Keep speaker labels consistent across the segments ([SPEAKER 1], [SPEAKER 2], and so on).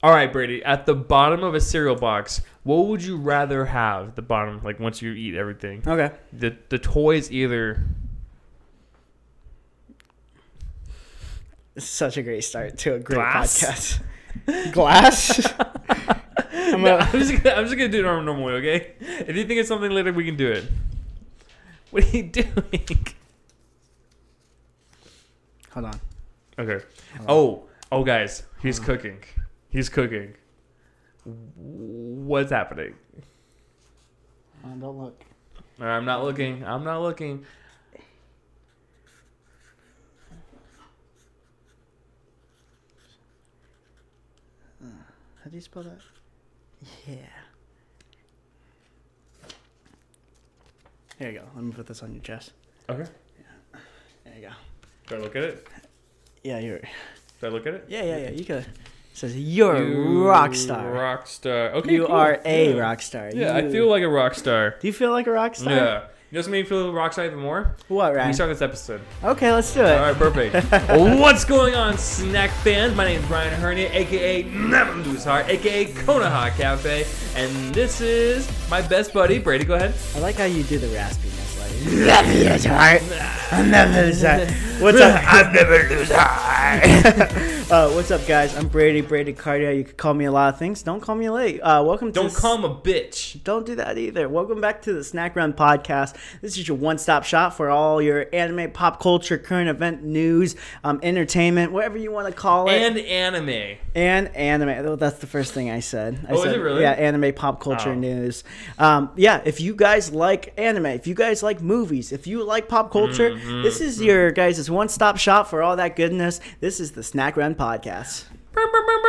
[SPEAKER 1] All right, Brady. At the bottom of a cereal box, what would you rather have? The bottom, like once you eat everything,
[SPEAKER 2] Okay.
[SPEAKER 1] the the toys either.
[SPEAKER 2] Such a great start to a great
[SPEAKER 1] Glass.
[SPEAKER 2] podcast. Glass? I'm
[SPEAKER 1] No,
[SPEAKER 2] gonna-
[SPEAKER 1] I'm just gonna, I'm just gonna do it norm- normally, okay? If you think of something later, we can do it. What are you doing?
[SPEAKER 2] Hold on.
[SPEAKER 1] Okay. Oh, oh, guys, he's cooking. He's cooking. What's happening?
[SPEAKER 2] Uh, don't look.
[SPEAKER 1] Uh, I'm not looking. I'm not looking.
[SPEAKER 2] How do you spell that? Yeah. Here you go. Let me put this on your chest.
[SPEAKER 1] Okay.
[SPEAKER 2] There you go.
[SPEAKER 1] Should I look at it?
[SPEAKER 2] Yeah, you're.
[SPEAKER 1] Should I look at it?
[SPEAKER 2] Yeah, yeah, yeah. You could. It says you're a rock star.
[SPEAKER 1] Rock star. Okay.
[SPEAKER 2] you
[SPEAKER 1] cool.
[SPEAKER 2] are a
[SPEAKER 1] Yeah.
[SPEAKER 2] rock star.
[SPEAKER 1] Yeah,
[SPEAKER 2] You-
[SPEAKER 1] I feel like a rock star.
[SPEAKER 2] Do you feel like a rock star?
[SPEAKER 1] Yeah. You know what's made me feel a rock star even more?
[SPEAKER 2] What,
[SPEAKER 1] We
[SPEAKER 2] Ryan?
[SPEAKER 1] start this episode.
[SPEAKER 2] Okay, let's do it.
[SPEAKER 1] All right, perfect. What's going on, snack fans? My name is Brian Hernia, aka Never Lose Heart, aka Kona Hot Cafe, and this is my best buddy Brady. Go ahead.
[SPEAKER 2] I like how you do the raspiness. Like, never lose heart. I never lose heart. What's up? I never lose heart. uh, what's up, guys? I'm Brady, Brady Cardia. You could call me a lot of things. Don't call me late. Uh, welcome to.
[SPEAKER 1] Don't
[SPEAKER 2] s-
[SPEAKER 1] call him a bitch.
[SPEAKER 2] Don't do that either. Welcome back to the Snack Run Podcast. This is your one stop shop for all your anime, pop culture, current event news, um, entertainment, whatever you want to call it.
[SPEAKER 1] And anime.
[SPEAKER 2] And anime. Oh, that's the first thing I said. I
[SPEAKER 1] Oh, is
[SPEAKER 2] said,
[SPEAKER 1] it really?
[SPEAKER 2] Yeah, anime pop culture
[SPEAKER 1] Oh.
[SPEAKER 2] news. Um, yeah, if you guys like anime, if you guys like movies, if you like pop culture,
[SPEAKER 1] Mm-hmm,
[SPEAKER 2] this is your guys' one stop shop for all that goodness. This is the Snack Run Podcast.
[SPEAKER 1] Brr, brr, brr,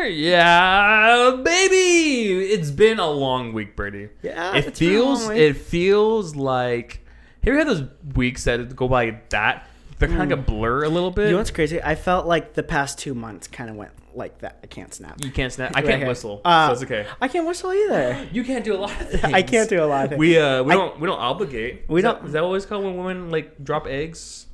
[SPEAKER 1] brr. Yeah, baby. It's been a long week, Brady.
[SPEAKER 2] Yeah,
[SPEAKER 1] it
[SPEAKER 2] it's been a
[SPEAKER 1] feels.
[SPEAKER 2] long week.
[SPEAKER 1] It feels like. Have you had those weeks that go by that? They're kind of like a blur a little bit.
[SPEAKER 2] Mm. You know what's crazy? I felt like the past two months kind of went like that. I can't snap.
[SPEAKER 1] You can't snap. I
[SPEAKER 2] Right
[SPEAKER 1] can't
[SPEAKER 2] here.
[SPEAKER 1] whistle,
[SPEAKER 2] Uh,
[SPEAKER 1] so it's okay.
[SPEAKER 2] I can't whistle either.
[SPEAKER 1] You can't do a lot of things.
[SPEAKER 2] I can't do a lot of things.
[SPEAKER 1] We uh we
[SPEAKER 2] I-
[SPEAKER 1] don't we don't obligate.
[SPEAKER 2] We
[SPEAKER 1] Is that-
[SPEAKER 2] don't-
[SPEAKER 1] Is that what it's called when women like drop eggs?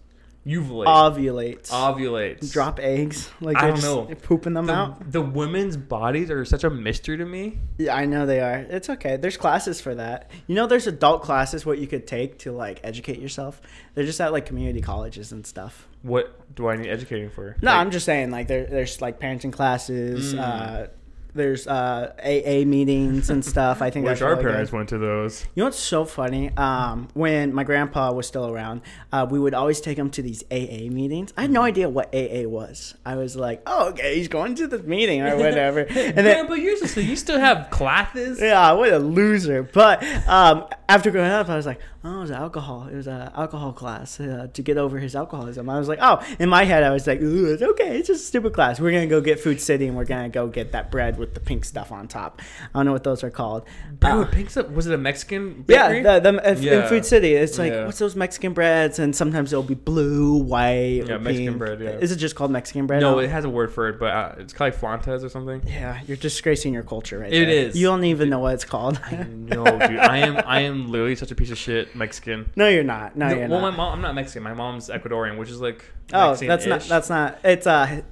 [SPEAKER 1] Uvulate.
[SPEAKER 2] Ovulate.
[SPEAKER 1] ovulate.
[SPEAKER 2] Drop eggs. Like
[SPEAKER 1] I
[SPEAKER 2] they're
[SPEAKER 1] don't
[SPEAKER 2] just
[SPEAKER 1] know.
[SPEAKER 2] they're pooping them
[SPEAKER 1] The,
[SPEAKER 2] out.
[SPEAKER 1] the women's bodies are such a mystery to me.
[SPEAKER 2] Yeah, I know they are. It's okay. There's classes for that. You know, there's adult classes what you could take to like educate yourself. They're just at like community colleges and stuff.
[SPEAKER 1] What do I need educating for?
[SPEAKER 2] No,
[SPEAKER 1] Like,
[SPEAKER 2] I'm just saying like there, there's like parenting classes.
[SPEAKER 1] Mm.
[SPEAKER 2] Uh, there's uh, AA meetings and stuff. I think
[SPEAKER 1] wish
[SPEAKER 2] that's
[SPEAKER 1] our
[SPEAKER 2] really good.
[SPEAKER 1] parents went to those.
[SPEAKER 2] You know what's so funny? Um, when my grandpa was still around, uh, we would always take him to these AA meetings. I had
[SPEAKER 1] Mm.
[SPEAKER 2] no idea what AA was. I was like, oh, okay, he's going to this meeting or whatever. and then
[SPEAKER 1] Grandpa, you're just, you still have classes.
[SPEAKER 2] Yeah, what a loser. But um, after growing up, I was like, oh, it was alcohol. It was an alcohol class uh, to get over his alcoholism. I was like, oh, in my head, I was like, ooh, it's okay. It's just a stupid class. We're going to go get Food City and we're going to go get that bread with the pink stuff on top. I don't know what those are called.
[SPEAKER 1] Bro,
[SPEAKER 2] Uh,
[SPEAKER 1] it picks up. Was it a Mexican bakery?
[SPEAKER 2] yeah, the, the, if-
[SPEAKER 1] Yeah.
[SPEAKER 2] in Food City, it's like
[SPEAKER 1] Yeah.
[SPEAKER 2] what's those Mexican breads, and sometimes it'll be blue, white,
[SPEAKER 1] Yeah,
[SPEAKER 2] or
[SPEAKER 1] Mexican
[SPEAKER 2] pink.
[SPEAKER 1] bread, yeah.
[SPEAKER 2] Is it just called Mexican bread?
[SPEAKER 1] no,
[SPEAKER 2] Oh,
[SPEAKER 1] it has a word for it, but uh, it's called like Flantes or something.
[SPEAKER 2] yeah, you're disgracing your culture right
[SPEAKER 1] It
[SPEAKER 2] there.
[SPEAKER 1] is.
[SPEAKER 2] You don't even know what it's called.
[SPEAKER 1] No, dude, I am I am literally such a piece of shit Mexican.
[SPEAKER 2] no, you're not. No,
[SPEAKER 1] No,
[SPEAKER 2] you're
[SPEAKER 1] well,
[SPEAKER 2] not.
[SPEAKER 1] my mom. I'm not Mexican. My mom's Ecuadorian, which is like.
[SPEAKER 2] Oh,
[SPEAKER 1] Mexican-ish.
[SPEAKER 2] that's not that's not it's uh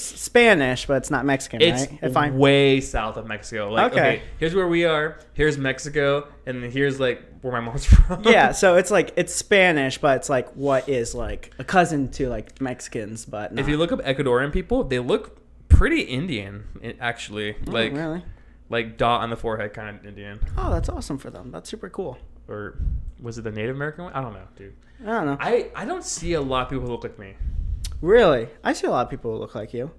[SPEAKER 2] S- Spanish, but it's not Mexican,
[SPEAKER 1] It's
[SPEAKER 2] right? If I'm
[SPEAKER 1] way south of Mexico. Like, okay.
[SPEAKER 2] Okay.
[SPEAKER 1] here's where we are. Here's Mexico, and here's like where my mom's from.
[SPEAKER 2] yeah, so it's like it's Spanish, but it's like what is like a cousin to like Mexicans, but not.
[SPEAKER 1] If you look up Ecuadorian people, they look pretty Indian, i- actually.
[SPEAKER 2] Oh,
[SPEAKER 1] like
[SPEAKER 2] really?
[SPEAKER 1] like dot on the forehead, kind of Indian.
[SPEAKER 2] Oh, that's awesome for them. That's super cool.
[SPEAKER 1] Or was it the Native American one? I don't know, dude.
[SPEAKER 2] I don't know.
[SPEAKER 1] I I don't see a lot of people who look like me.
[SPEAKER 2] really, I see a lot of people who look like you.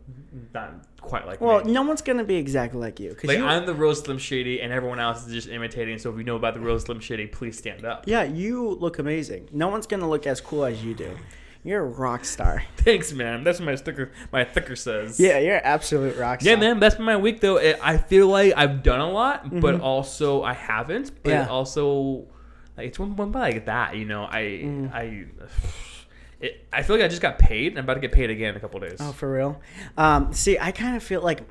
[SPEAKER 1] Not quite like
[SPEAKER 2] Well,
[SPEAKER 1] me.
[SPEAKER 2] no one's gonna be exactly like you. Cause
[SPEAKER 1] Like
[SPEAKER 2] you,
[SPEAKER 1] I'm the real Slim Shady, and everyone else is just imitating. So if you know about the real Slim Shady, please stand up.
[SPEAKER 2] yeah, you look amazing. No one's gonna look as cool as you do. You're a rock star.
[SPEAKER 1] Thanks, man. That's what my sticker. My thicker says.
[SPEAKER 2] Yeah, you're an absolute rock star.
[SPEAKER 1] Yeah, man, that's been my week though. Eh, I I feel like I've done a lot, but also I haven't. But
[SPEAKER 2] Mm-hmm. Yeah.
[SPEAKER 1] also, like it's one, one by like that, you know. I
[SPEAKER 2] Mm.
[SPEAKER 1] I it, I feel like I just got paid. and I'm about to get paid again in a couple days.
[SPEAKER 2] Oh, for real? Um, see, I kind of feel like,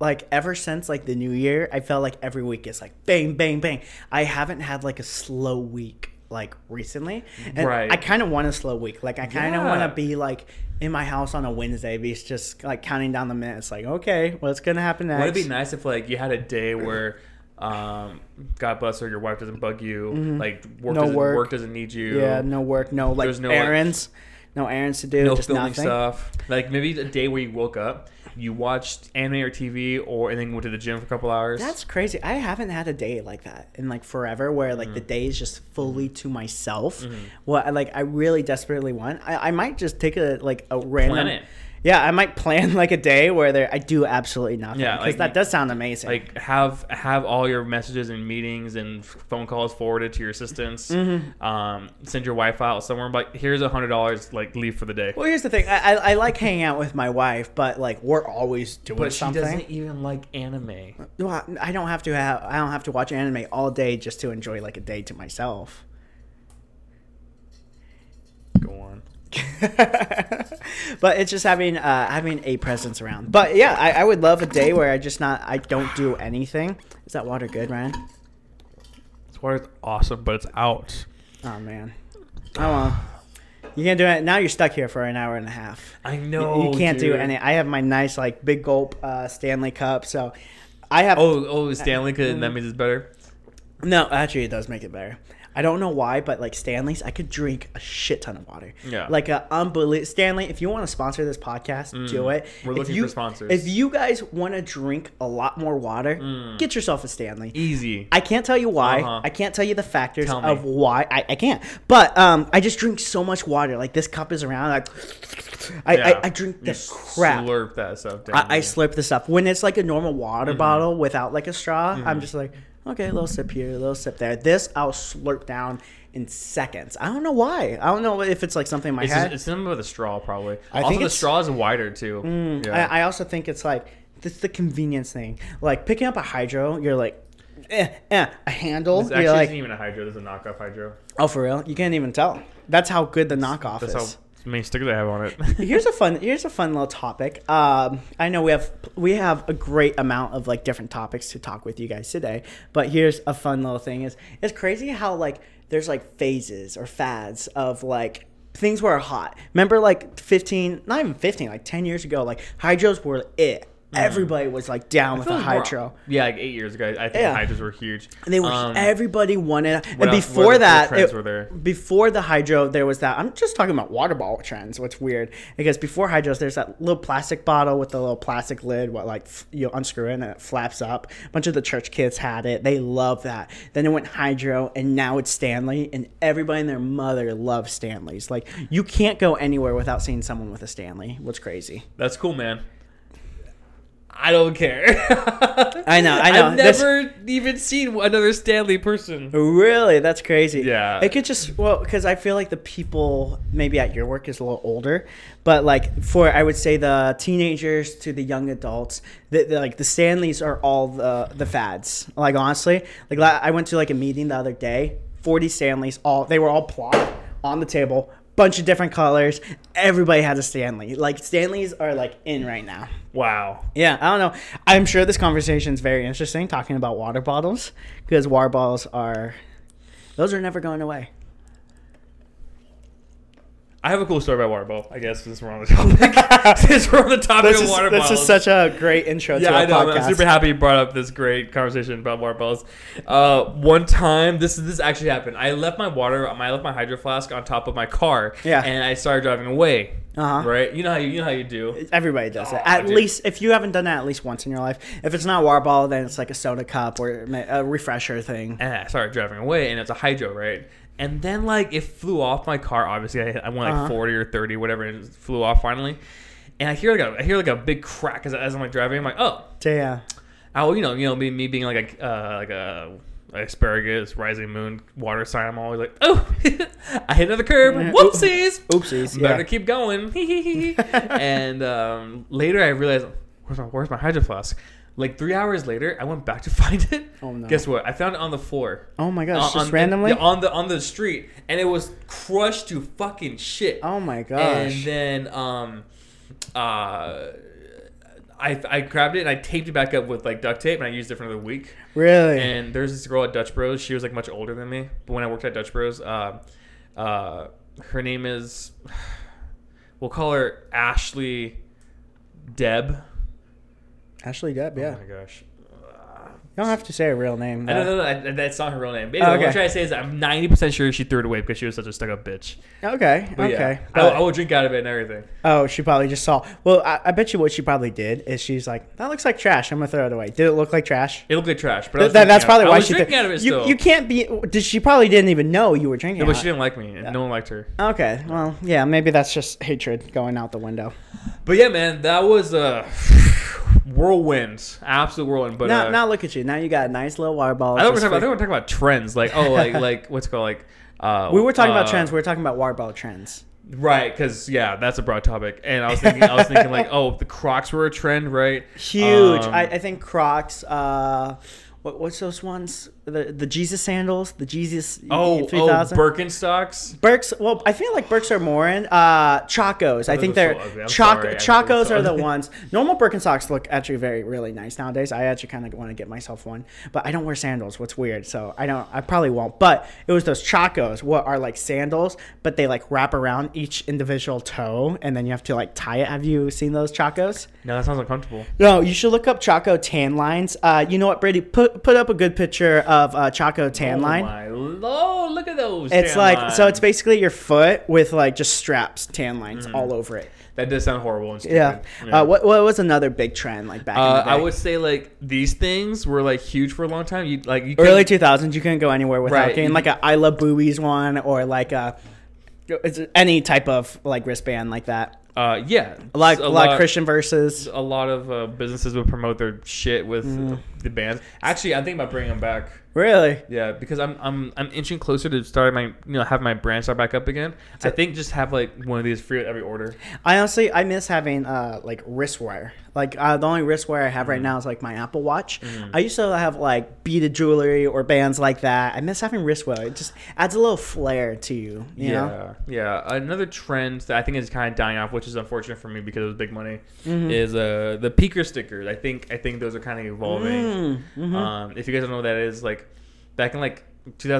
[SPEAKER 2] like ever since like the new year, I felt like every week is like bang, bang, bang. I haven't had like a slow week. like recently. And
[SPEAKER 1] Right.
[SPEAKER 2] I kind of want a slow week. Like I kind of
[SPEAKER 1] Yeah.
[SPEAKER 2] want to be like in my house on a Wednesday, be just like counting down the minutes. Like okay, what's gonna happen next?
[SPEAKER 1] Would it be nice if like you had a day where, um, God bless her, your wife doesn't bug you, like work,
[SPEAKER 2] Mm-hmm. No
[SPEAKER 1] doesn't, work.
[SPEAKER 2] work.
[SPEAKER 1] doesn't need you,
[SPEAKER 2] Yeah, no work, no like
[SPEAKER 1] There's no, like-
[SPEAKER 2] errands, no errands to do,
[SPEAKER 1] no
[SPEAKER 2] just
[SPEAKER 1] filming
[SPEAKER 2] nothing.
[SPEAKER 1] stuff. Like maybe a day where you woke up, you watched anime or TV, or and then you went to the gym for a couple hours.
[SPEAKER 2] That's crazy. I haven't had a day like that in like forever, where like the
[SPEAKER 1] Mm.
[SPEAKER 2] day is just fully to myself.
[SPEAKER 1] Mm-hmm.
[SPEAKER 2] What I like I really desperately want. I, I might just take a like a random.
[SPEAKER 1] Planet.
[SPEAKER 2] Yeah, I might plan like a day where there I do absolutely nothing.
[SPEAKER 1] Yeah,
[SPEAKER 2] Yeah, because
[SPEAKER 1] like-
[SPEAKER 2] that does sound amazing.
[SPEAKER 1] like have have all your messages and meetings and phone calls forwarded to your assistants. Um, send your wife out somewhere. Like here's a hundred dollars. Like leave for the day.
[SPEAKER 2] well, here's the thing. I, I, I like hanging out with my wife, but like we're always doing
[SPEAKER 1] But she
[SPEAKER 2] something.
[SPEAKER 1] doesn't e even like anime.
[SPEAKER 2] No, I- I don't have to have I don't have to watch anime all day just to enjoy like a day to myself.
[SPEAKER 1] Go on.
[SPEAKER 2] but it's just having uh, having a presence around. But yeah, I, I would love a day where I just not I don't do anything. Is that water good, Ryan?
[SPEAKER 1] This water's awesome, but it's out.
[SPEAKER 2] Oh man. Oh well. You can't do it now. You're stuck here for an hour and a half.
[SPEAKER 1] I
[SPEAKER 2] You-
[SPEAKER 1] know.
[SPEAKER 2] you can't do
[SPEAKER 1] dude.
[SPEAKER 2] any. I have my nice like big gulp uh, Stanley cup, so I have.
[SPEAKER 1] Oh, oh, Stanley. Could, that means it's better.
[SPEAKER 2] No, actually, it does make it better. I don't know why, but like Stanley's, I could drink a shit ton of water.
[SPEAKER 1] Yeah.
[SPEAKER 2] Like a unbelievable Stanley. If you want to sponsor this podcast, do it.
[SPEAKER 1] Mm. We're
[SPEAKER 2] If
[SPEAKER 1] looking
[SPEAKER 2] you-
[SPEAKER 1] for sponsors.
[SPEAKER 2] If you guys want to drink a lot more water, get yourself a Stanley.
[SPEAKER 1] Easy.
[SPEAKER 2] I can't tell you why.
[SPEAKER 1] Mm. Uh-huh.
[SPEAKER 2] I can't tell you the factors
[SPEAKER 1] Tell me.
[SPEAKER 2] of why. I, I can't. But um, I just drink so much water. Like this cup is around. Like I,
[SPEAKER 1] Yeah.
[SPEAKER 2] I, I drink
[SPEAKER 1] You
[SPEAKER 2] the crap.
[SPEAKER 1] Slurp that stuff down.
[SPEAKER 2] I, I slurp this up. When it's like a normal water
[SPEAKER 1] Mm-hmm.
[SPEAKER 2] bottle without like a straw, I'm just like, okay, a little sip here, a little sip there. This I'll slurp down in seconds. I don't know why. I don't know if it's like something in my
[SPEAKER 1] It's,
[SPEAKER 2] head.
[SPEAKER 1] just, it's something with a straw, probably.
[SPEAKER 2] I
[SPEAKER 1] also,
[SPEAKER 2] think
[SPEAKER 1] the
[SPEAKER 2] it's-
[SPEAKER 1] straw is wider too. yeah.
[SPEAKER 2] I, I also think it's like it's the convenience thing. Like picking up a hydro, you're like, eh, eh, a handle.
[SPEAKER 1] This actually
[SPEAKER 2] You're
[SPEAKER 1] isn't
[SPEAKER 2] like,
[SPEAKER 1] even a hydro. This is a knockoff hydro.
[SPEAKER 2] oh, for real? You can't even tell. That's how good the knockoff
[SPEAKER 1] That's
[SPEAKER 2] is.
[SPEAKER 1] how many stickers I have on it.
[SPEAKER 2] here's a fun here's a fun little topic. Um, I know we have we have a great amount of like different topics to talk with you guys today, but here's a fun little thing is it's crazy how like there's like phases or fads of like things were hot. Remember like 15, not even 15, like 10 years ago, like hydros were it. Everybody was like down with a hydro.
[SPEAKER 1] Yeah, like eight years ago, I think
[SPEAKER 2] Yeah.
[SPEAKER 1] hydros were huge.
[SPEAKER 2] They were
[SPEAKER 1] Um,
[SPEAKER 2] everybody wanted, and
[SPEAKER 1] else- what
[SPEAKER 2] before
[SPEAKER 1] other
[SPEAKER 2] that,
[SPEAKER 1] trends
[SPEAKER 2] it-
[SPEAKER 1] were there?
[SPEAKER 2] before the hydro, there was that. I'm just talking about water bottle trends. What's weird because before hydros, there's that little plastic bottle with the little plastic lid. What like f- you unscrew it and it flaps up. A bunch of the church kids had it. They love that. Then it went hydro, and now it's Stanley, and everybody and their mother loves Stanleys. Like you can't go anywhere without seeing someone with a Stanley. What's crazy?
[SPEAKER 1] That's cool, man. I don't care. I
[SPEAKER 2] know, I know.
[SPEAKER 1] I've
[SPEAKER 2] This-
[SPEAKER 1] never even seen another Stanley person.
[SPEAKER 2] Really, that's crazy.
[SPEAKER 1] Yeah.
[SPEAKER 2] it could just well because I feel like the people maybe at your work is a little older, but like for I would say the teenagers to the young adults, the, the, like the Stanleys are all the the fads. Like honestly, like la- I went to like a meeting the other day, forty Stanleys, all they were all plopped on the table, bunch of different colors. Everybody had a Stanley. Like Stanleys are like in right now.
[SPEAKER 1] Wow.
[SPEAKER 2] Yeah, I don't know. I'm sure this conversation is very interesting talking about water bottles because water bottles are those are never going away.
[SPEAKER 1] I have a cool story about water bottle. I guess since we're on the topic, since we're on the topic
[SPEAKER 2] This
[SPEAKER 1] of
[SPEAKER 2] is,
[SPEAKER 1] water
[SPEAKER 2] this
[SPEAKER 1] bottles.
[SPEAKER 2] is such a great intro to
[SPEAKER 1] yeah,
[SPEAKER 2] our
[SPEAKER 1] I know. I'm-
[SPEAKER 2] podcast.
[SPEAKER 1] I'm super happy you brought up this great conversation about water bottles. Uh, one time, this this actually happened. I left my water, um, I left my hydro flask on top of my car.
[SPEAKER 2] Yeah.
[SPEAKER 1] and I started driving away.
[SPEAKER 2] Uh-huh.
[SPEAKER 1] Right? You know how you, you know how you do.
[SPEAKER 2] Everybody does it.
[SPEAKER 1] Oh,
[SPEAKER 2] At
[SPEAKER 1] dude.
[SPEAKER 2] least if you haven't done that at least once in your life. If it's not a water bottle, then it's like a soda cup or ma- a refresher thing.
[SPEAKER 1] And I started driving away, and it's a hydro, right? And then like it flew off my car. Obviously, I, I went like
[SPEAKER 2] Uh-huh.
[SPEAKER 1] forty or thirty, whatever, and it flew off finally. And I hear like a, I hear like a big crack as, as I'm like driving. I'm like, oh,
[SPEAKER 2] So yeah,
[SPEAKER 1] Oh, you know, you know, me, me being like a uh, like a asparagus rising moon water sign. I'm always like, oh, I hit another curb.
[SPEAKER 2] Yeah.
[SPEAKER 1] Whoopsies.
[SPEAKER 2] oopsies.
[SPEAKER 1] Better
[SPEAKER 2] Yeah.
[SPEAKER 1] keep going. and um, later, I realized where's my where's my hydro flask. Like three hours later, I went back to find it.
[SPEAKER 2] Oh, no.
[SPEAKER 1] Guess what? I found it on the floor.
[SPEAKER 2] Oh my gosh,
[SPEAKER 1] on,
[SPEAKER 2] just randomly.
[SPEAKER 1] yeah, on the on the street, and it was crushed to fucking shit.
[SPEAKER 2] oh my gosh.
[SPEAKER 1] And then um uh I, I grabbed it and I taped it back up with like duct tape and I used it for another week.
[SPEAKER 2] Really?
[SPEAKER 1] And there's this girl at Dutch Bros. She was like much older than me. But when I worked at Dutch Bros, uh, uh, her name is, we'll call her Ashley Deb.
[SPEAKER 2] Ashley Depp, yeah.
[SPEAKER 1] Oh my gosh.
[SPEAKER 2] you don't have to say a real name.
[SPEAKER 1] I don't
[SPEAKER 2] though.
[SPEAKER 1] know. that- That's not her real name. But
[SPEAKER 2] Oh,
[SPEAKER 1] anyway, What
[SPEAKER 2] okay.
[SPEAKER 1] I'm trying to say is I'm 90% sure she threw it away because she was such a stuck up bitch.
[SPEAKER 2] Okay,
[SPEAKER 1] But
[SPEAKER 2] okay. Uh,
[SPEAKER 1] Yeah, I,
[SPEAKER 2] But-
[SPEAKER 1] I will drink out of it and everything.
[SPEAKER 2] oh, she probably just saw. Well, I, I bet you what she probably did is she's like, that looks like trash. I'm gonna throw it away. Did it look like trash?
[SPEAKER 1] It looked like trash. But I
[SPEAKER 2] Th-
[SPEAKER 1] was
[SPEAKER 2] that-
[SPEAKER 1] drinking
[SPEAKER 2] that's
[SPEAKER 1] out-
[SPEAKER 2] probably why
[SPEAKER 1] I was
[SPEAKER 2] she.
[SPEAKER 1] drinking
[SPEAKER 2] did-
[SPEAKER 1] out of it
[SPEAKER 2] you,
[SPEAKER 1] still.
[SPEAKER 2] you can't be. Did she probably didn't even know you were drinking?
[SPEAKER 1] No, but
[SPEAKER 2] it.
[SPEAKER 1] she didn't like me. No one liked her.
[SPEAKER 2] Okay, well, yeah, maybe that's just hatred going out the window.
[SPEAKER 1] But yeah, man, that was a whirlwind, absolute whirlwind. But
[SPEAKER 2] now,
[SPEAKER 1] uh,
[SPEAKER 2] now look at you. Now you got a nice little water bottle.
[SPEAKER 1] I, thought we were
[SPEAKER 2] just
[SPEAKER 1] talking about, I
[SPEAKER 2] for-
[SPEAKER 1] think we're talking about trends, like oh, like like what's it called like. Uh,
[SPEAKER 2] we were talking about
[SPEAKER 1] uh,
[SPEAKER 2] trends. We were talking about water bottle trends.
[SPEAKER 1] right? Because yeah, that's a broad topic. And I was thinking, I was thinking like, oh, the Crocs were a trend, right?
[SPEAKER 2] Huge.
[SPEAKER 1] Um,
[SPEAKER 2] I, I think Crocs. Uh, what, what's those ones? The the Jesus sandals. The Jesus.
[SPEAKER 1] oh, oh,
[SPEAKER 2] 3000?
[SPEAKER 1] Birkenstocks.
[SPEAKER 2] Birks. Well, I feel like Birks are more in uh, Chacos. I think
[SPEAKER 1] Those are
[SPEAKER 2] they're
[SPEAKER 1] so ugly. I'm
[SPEAKER 2] Choc-
[SPEAKER 1] sorry. I think those
[SPEAKER 2] Chacos
[SPEAKER 1] are
[SPEAKER 2] are the
[SPEAKER 1] ugly.
[SPEAKER 2] ones. Normal Birkenstocks look actually very really nice nowadays. I actually kind of want to get myself one, but I don't wear sandals. What's weird? So I don't. I probably won't. But it was those Chacos. What are like sandals, but they like wrap around each individual toe, and then you have to like tie it. Have you seen those Chacos?
[SPEAKER 1] No, that sounds uncomfortable.
[SPEAKER 2] No, you should look up Chaco tan lines. Uh, you know what, Brady? Put put up a good picture of uh, Chaco tan line.
[SPEAKER 1] Oh, my, oh, look at those.
[SPEAKER 2] It's
[SPEAKER 1] tan
[SPEAKER 2] like so.
[SPEAKER 1] lines.
[SPEAKER 2] It's basically your foot with like just straps, tan lines all over it.
[SPEAKER 1] that does sound horrible. And stupid.
[SPEAKER 2] Yeah. Uh, what what was another big trend like back
[SPEAKER 1] Uh,
[SPEAKER 2] in the
[SPEAKER 1] I
[SPEAKER 2] day?
[SPEAKER 1] would say like these things were like huge for a long time. You like you
[SPEAKER 2] Early
[SPEAKER 1] couldn't-
[SPEAKER 2] two thousands, you couldn't go anywhere without
[SPEAKER 1] Right.
[SPEAKER 2] getting like a I love boobies one or like a it's any type of like wristband like that.
[SPEAKER 1] uh, yeah,
[SPEAKER 2] Like
[SPEAKER 1] a
[SPEAKER 2] like
[SPEAKER 1] lot-
[SPEAKER 2] Christian verses.
[SPEAKER 1] a lot of uh, businesses would promote their shit with the bands. Actually, I think about bringing them back.
[SPEAKER 2] Really?
[SPEAKER 1] Yeah, because I'm I'm I'm inching closer to starting my you know have my brand start back up again. I think just have like one of these free at every order.
[SPEAKER 2] I honestly I miss having uh like wristwear. Like uh, the only wristwear I have
[SPEAKER 1] Mm.
[SPEAKER 2] right now is like my Apple Watch. I used to have like beaded jewelry or bands like that. I miss having wristwear. It just adds a little flair to you. you
[SPEAKER 1] yeah,
[SPEAKER 2] know?
[SPEAKER 1] yeah. Another trend that I think is kind of dying off, which is unfortunate for me because it was big money, is uh the peaker stickers. I think I think those are kind of evolving.
[SPEAKER 2] Mm. mm-hmm.
[SPEAKER 1] Um, if you guys don't know what that is, like back in like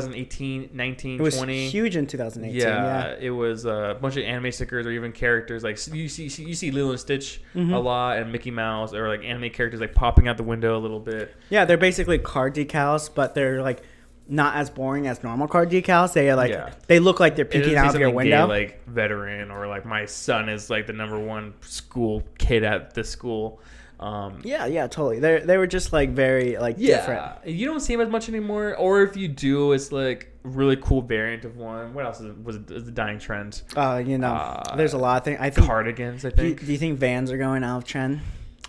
[SPEAKER 1] 2018, 19,
[SPEAKER 2] It was
[SPEAKER 1] 20.
[SPEAKER 2] huge in 2018.
[SPEAKER 1] yeah,
[SPEAKER 2] Yeah.
[SPEAKER 1] it was uh, a bunch of anime stickers or even characters like you see you see Lilo and Stitch
[SPEAKER 2] Mm-hmm.
[SPEAKER 1] a lot and Mickey Mouse or like anime characters like popping out the window a little bit.
[SPEAKER 2] Yeah, they're basically car decals, but they're like not as boring as normal car decals. They are like
[SPEAKER 1] Yeah.
[SPEAKER 2] they look like they're
[SPEAKER 1] It doesn't say
[SPEAKER 2] peeking out of your
[SPEAKER 1] something
[SPEAKER 2] window.
[SPEAKER 1] gay, like veteran or like my son is like the number one school kid at this school. Um,
[SPEAKER 2] yeah, yeah, totally. They they were just like very like different.
[SPEAKER 1] yeah, you don't see him as much anymore, or if you do, it's like really cool variant of one. What else is, was is the dying trend?
[SPEAKER 2] Uh, you know,
[SPEAKER 1] Uh,
[SPEAKER 2] there's a lot of things. I think.
[SPEAKER 1] Cardigans, I
[SPEAKER 2] do, you-
[SPEAKER 1] think,
[SPEAKER 2] do you think Vans are going out of trend?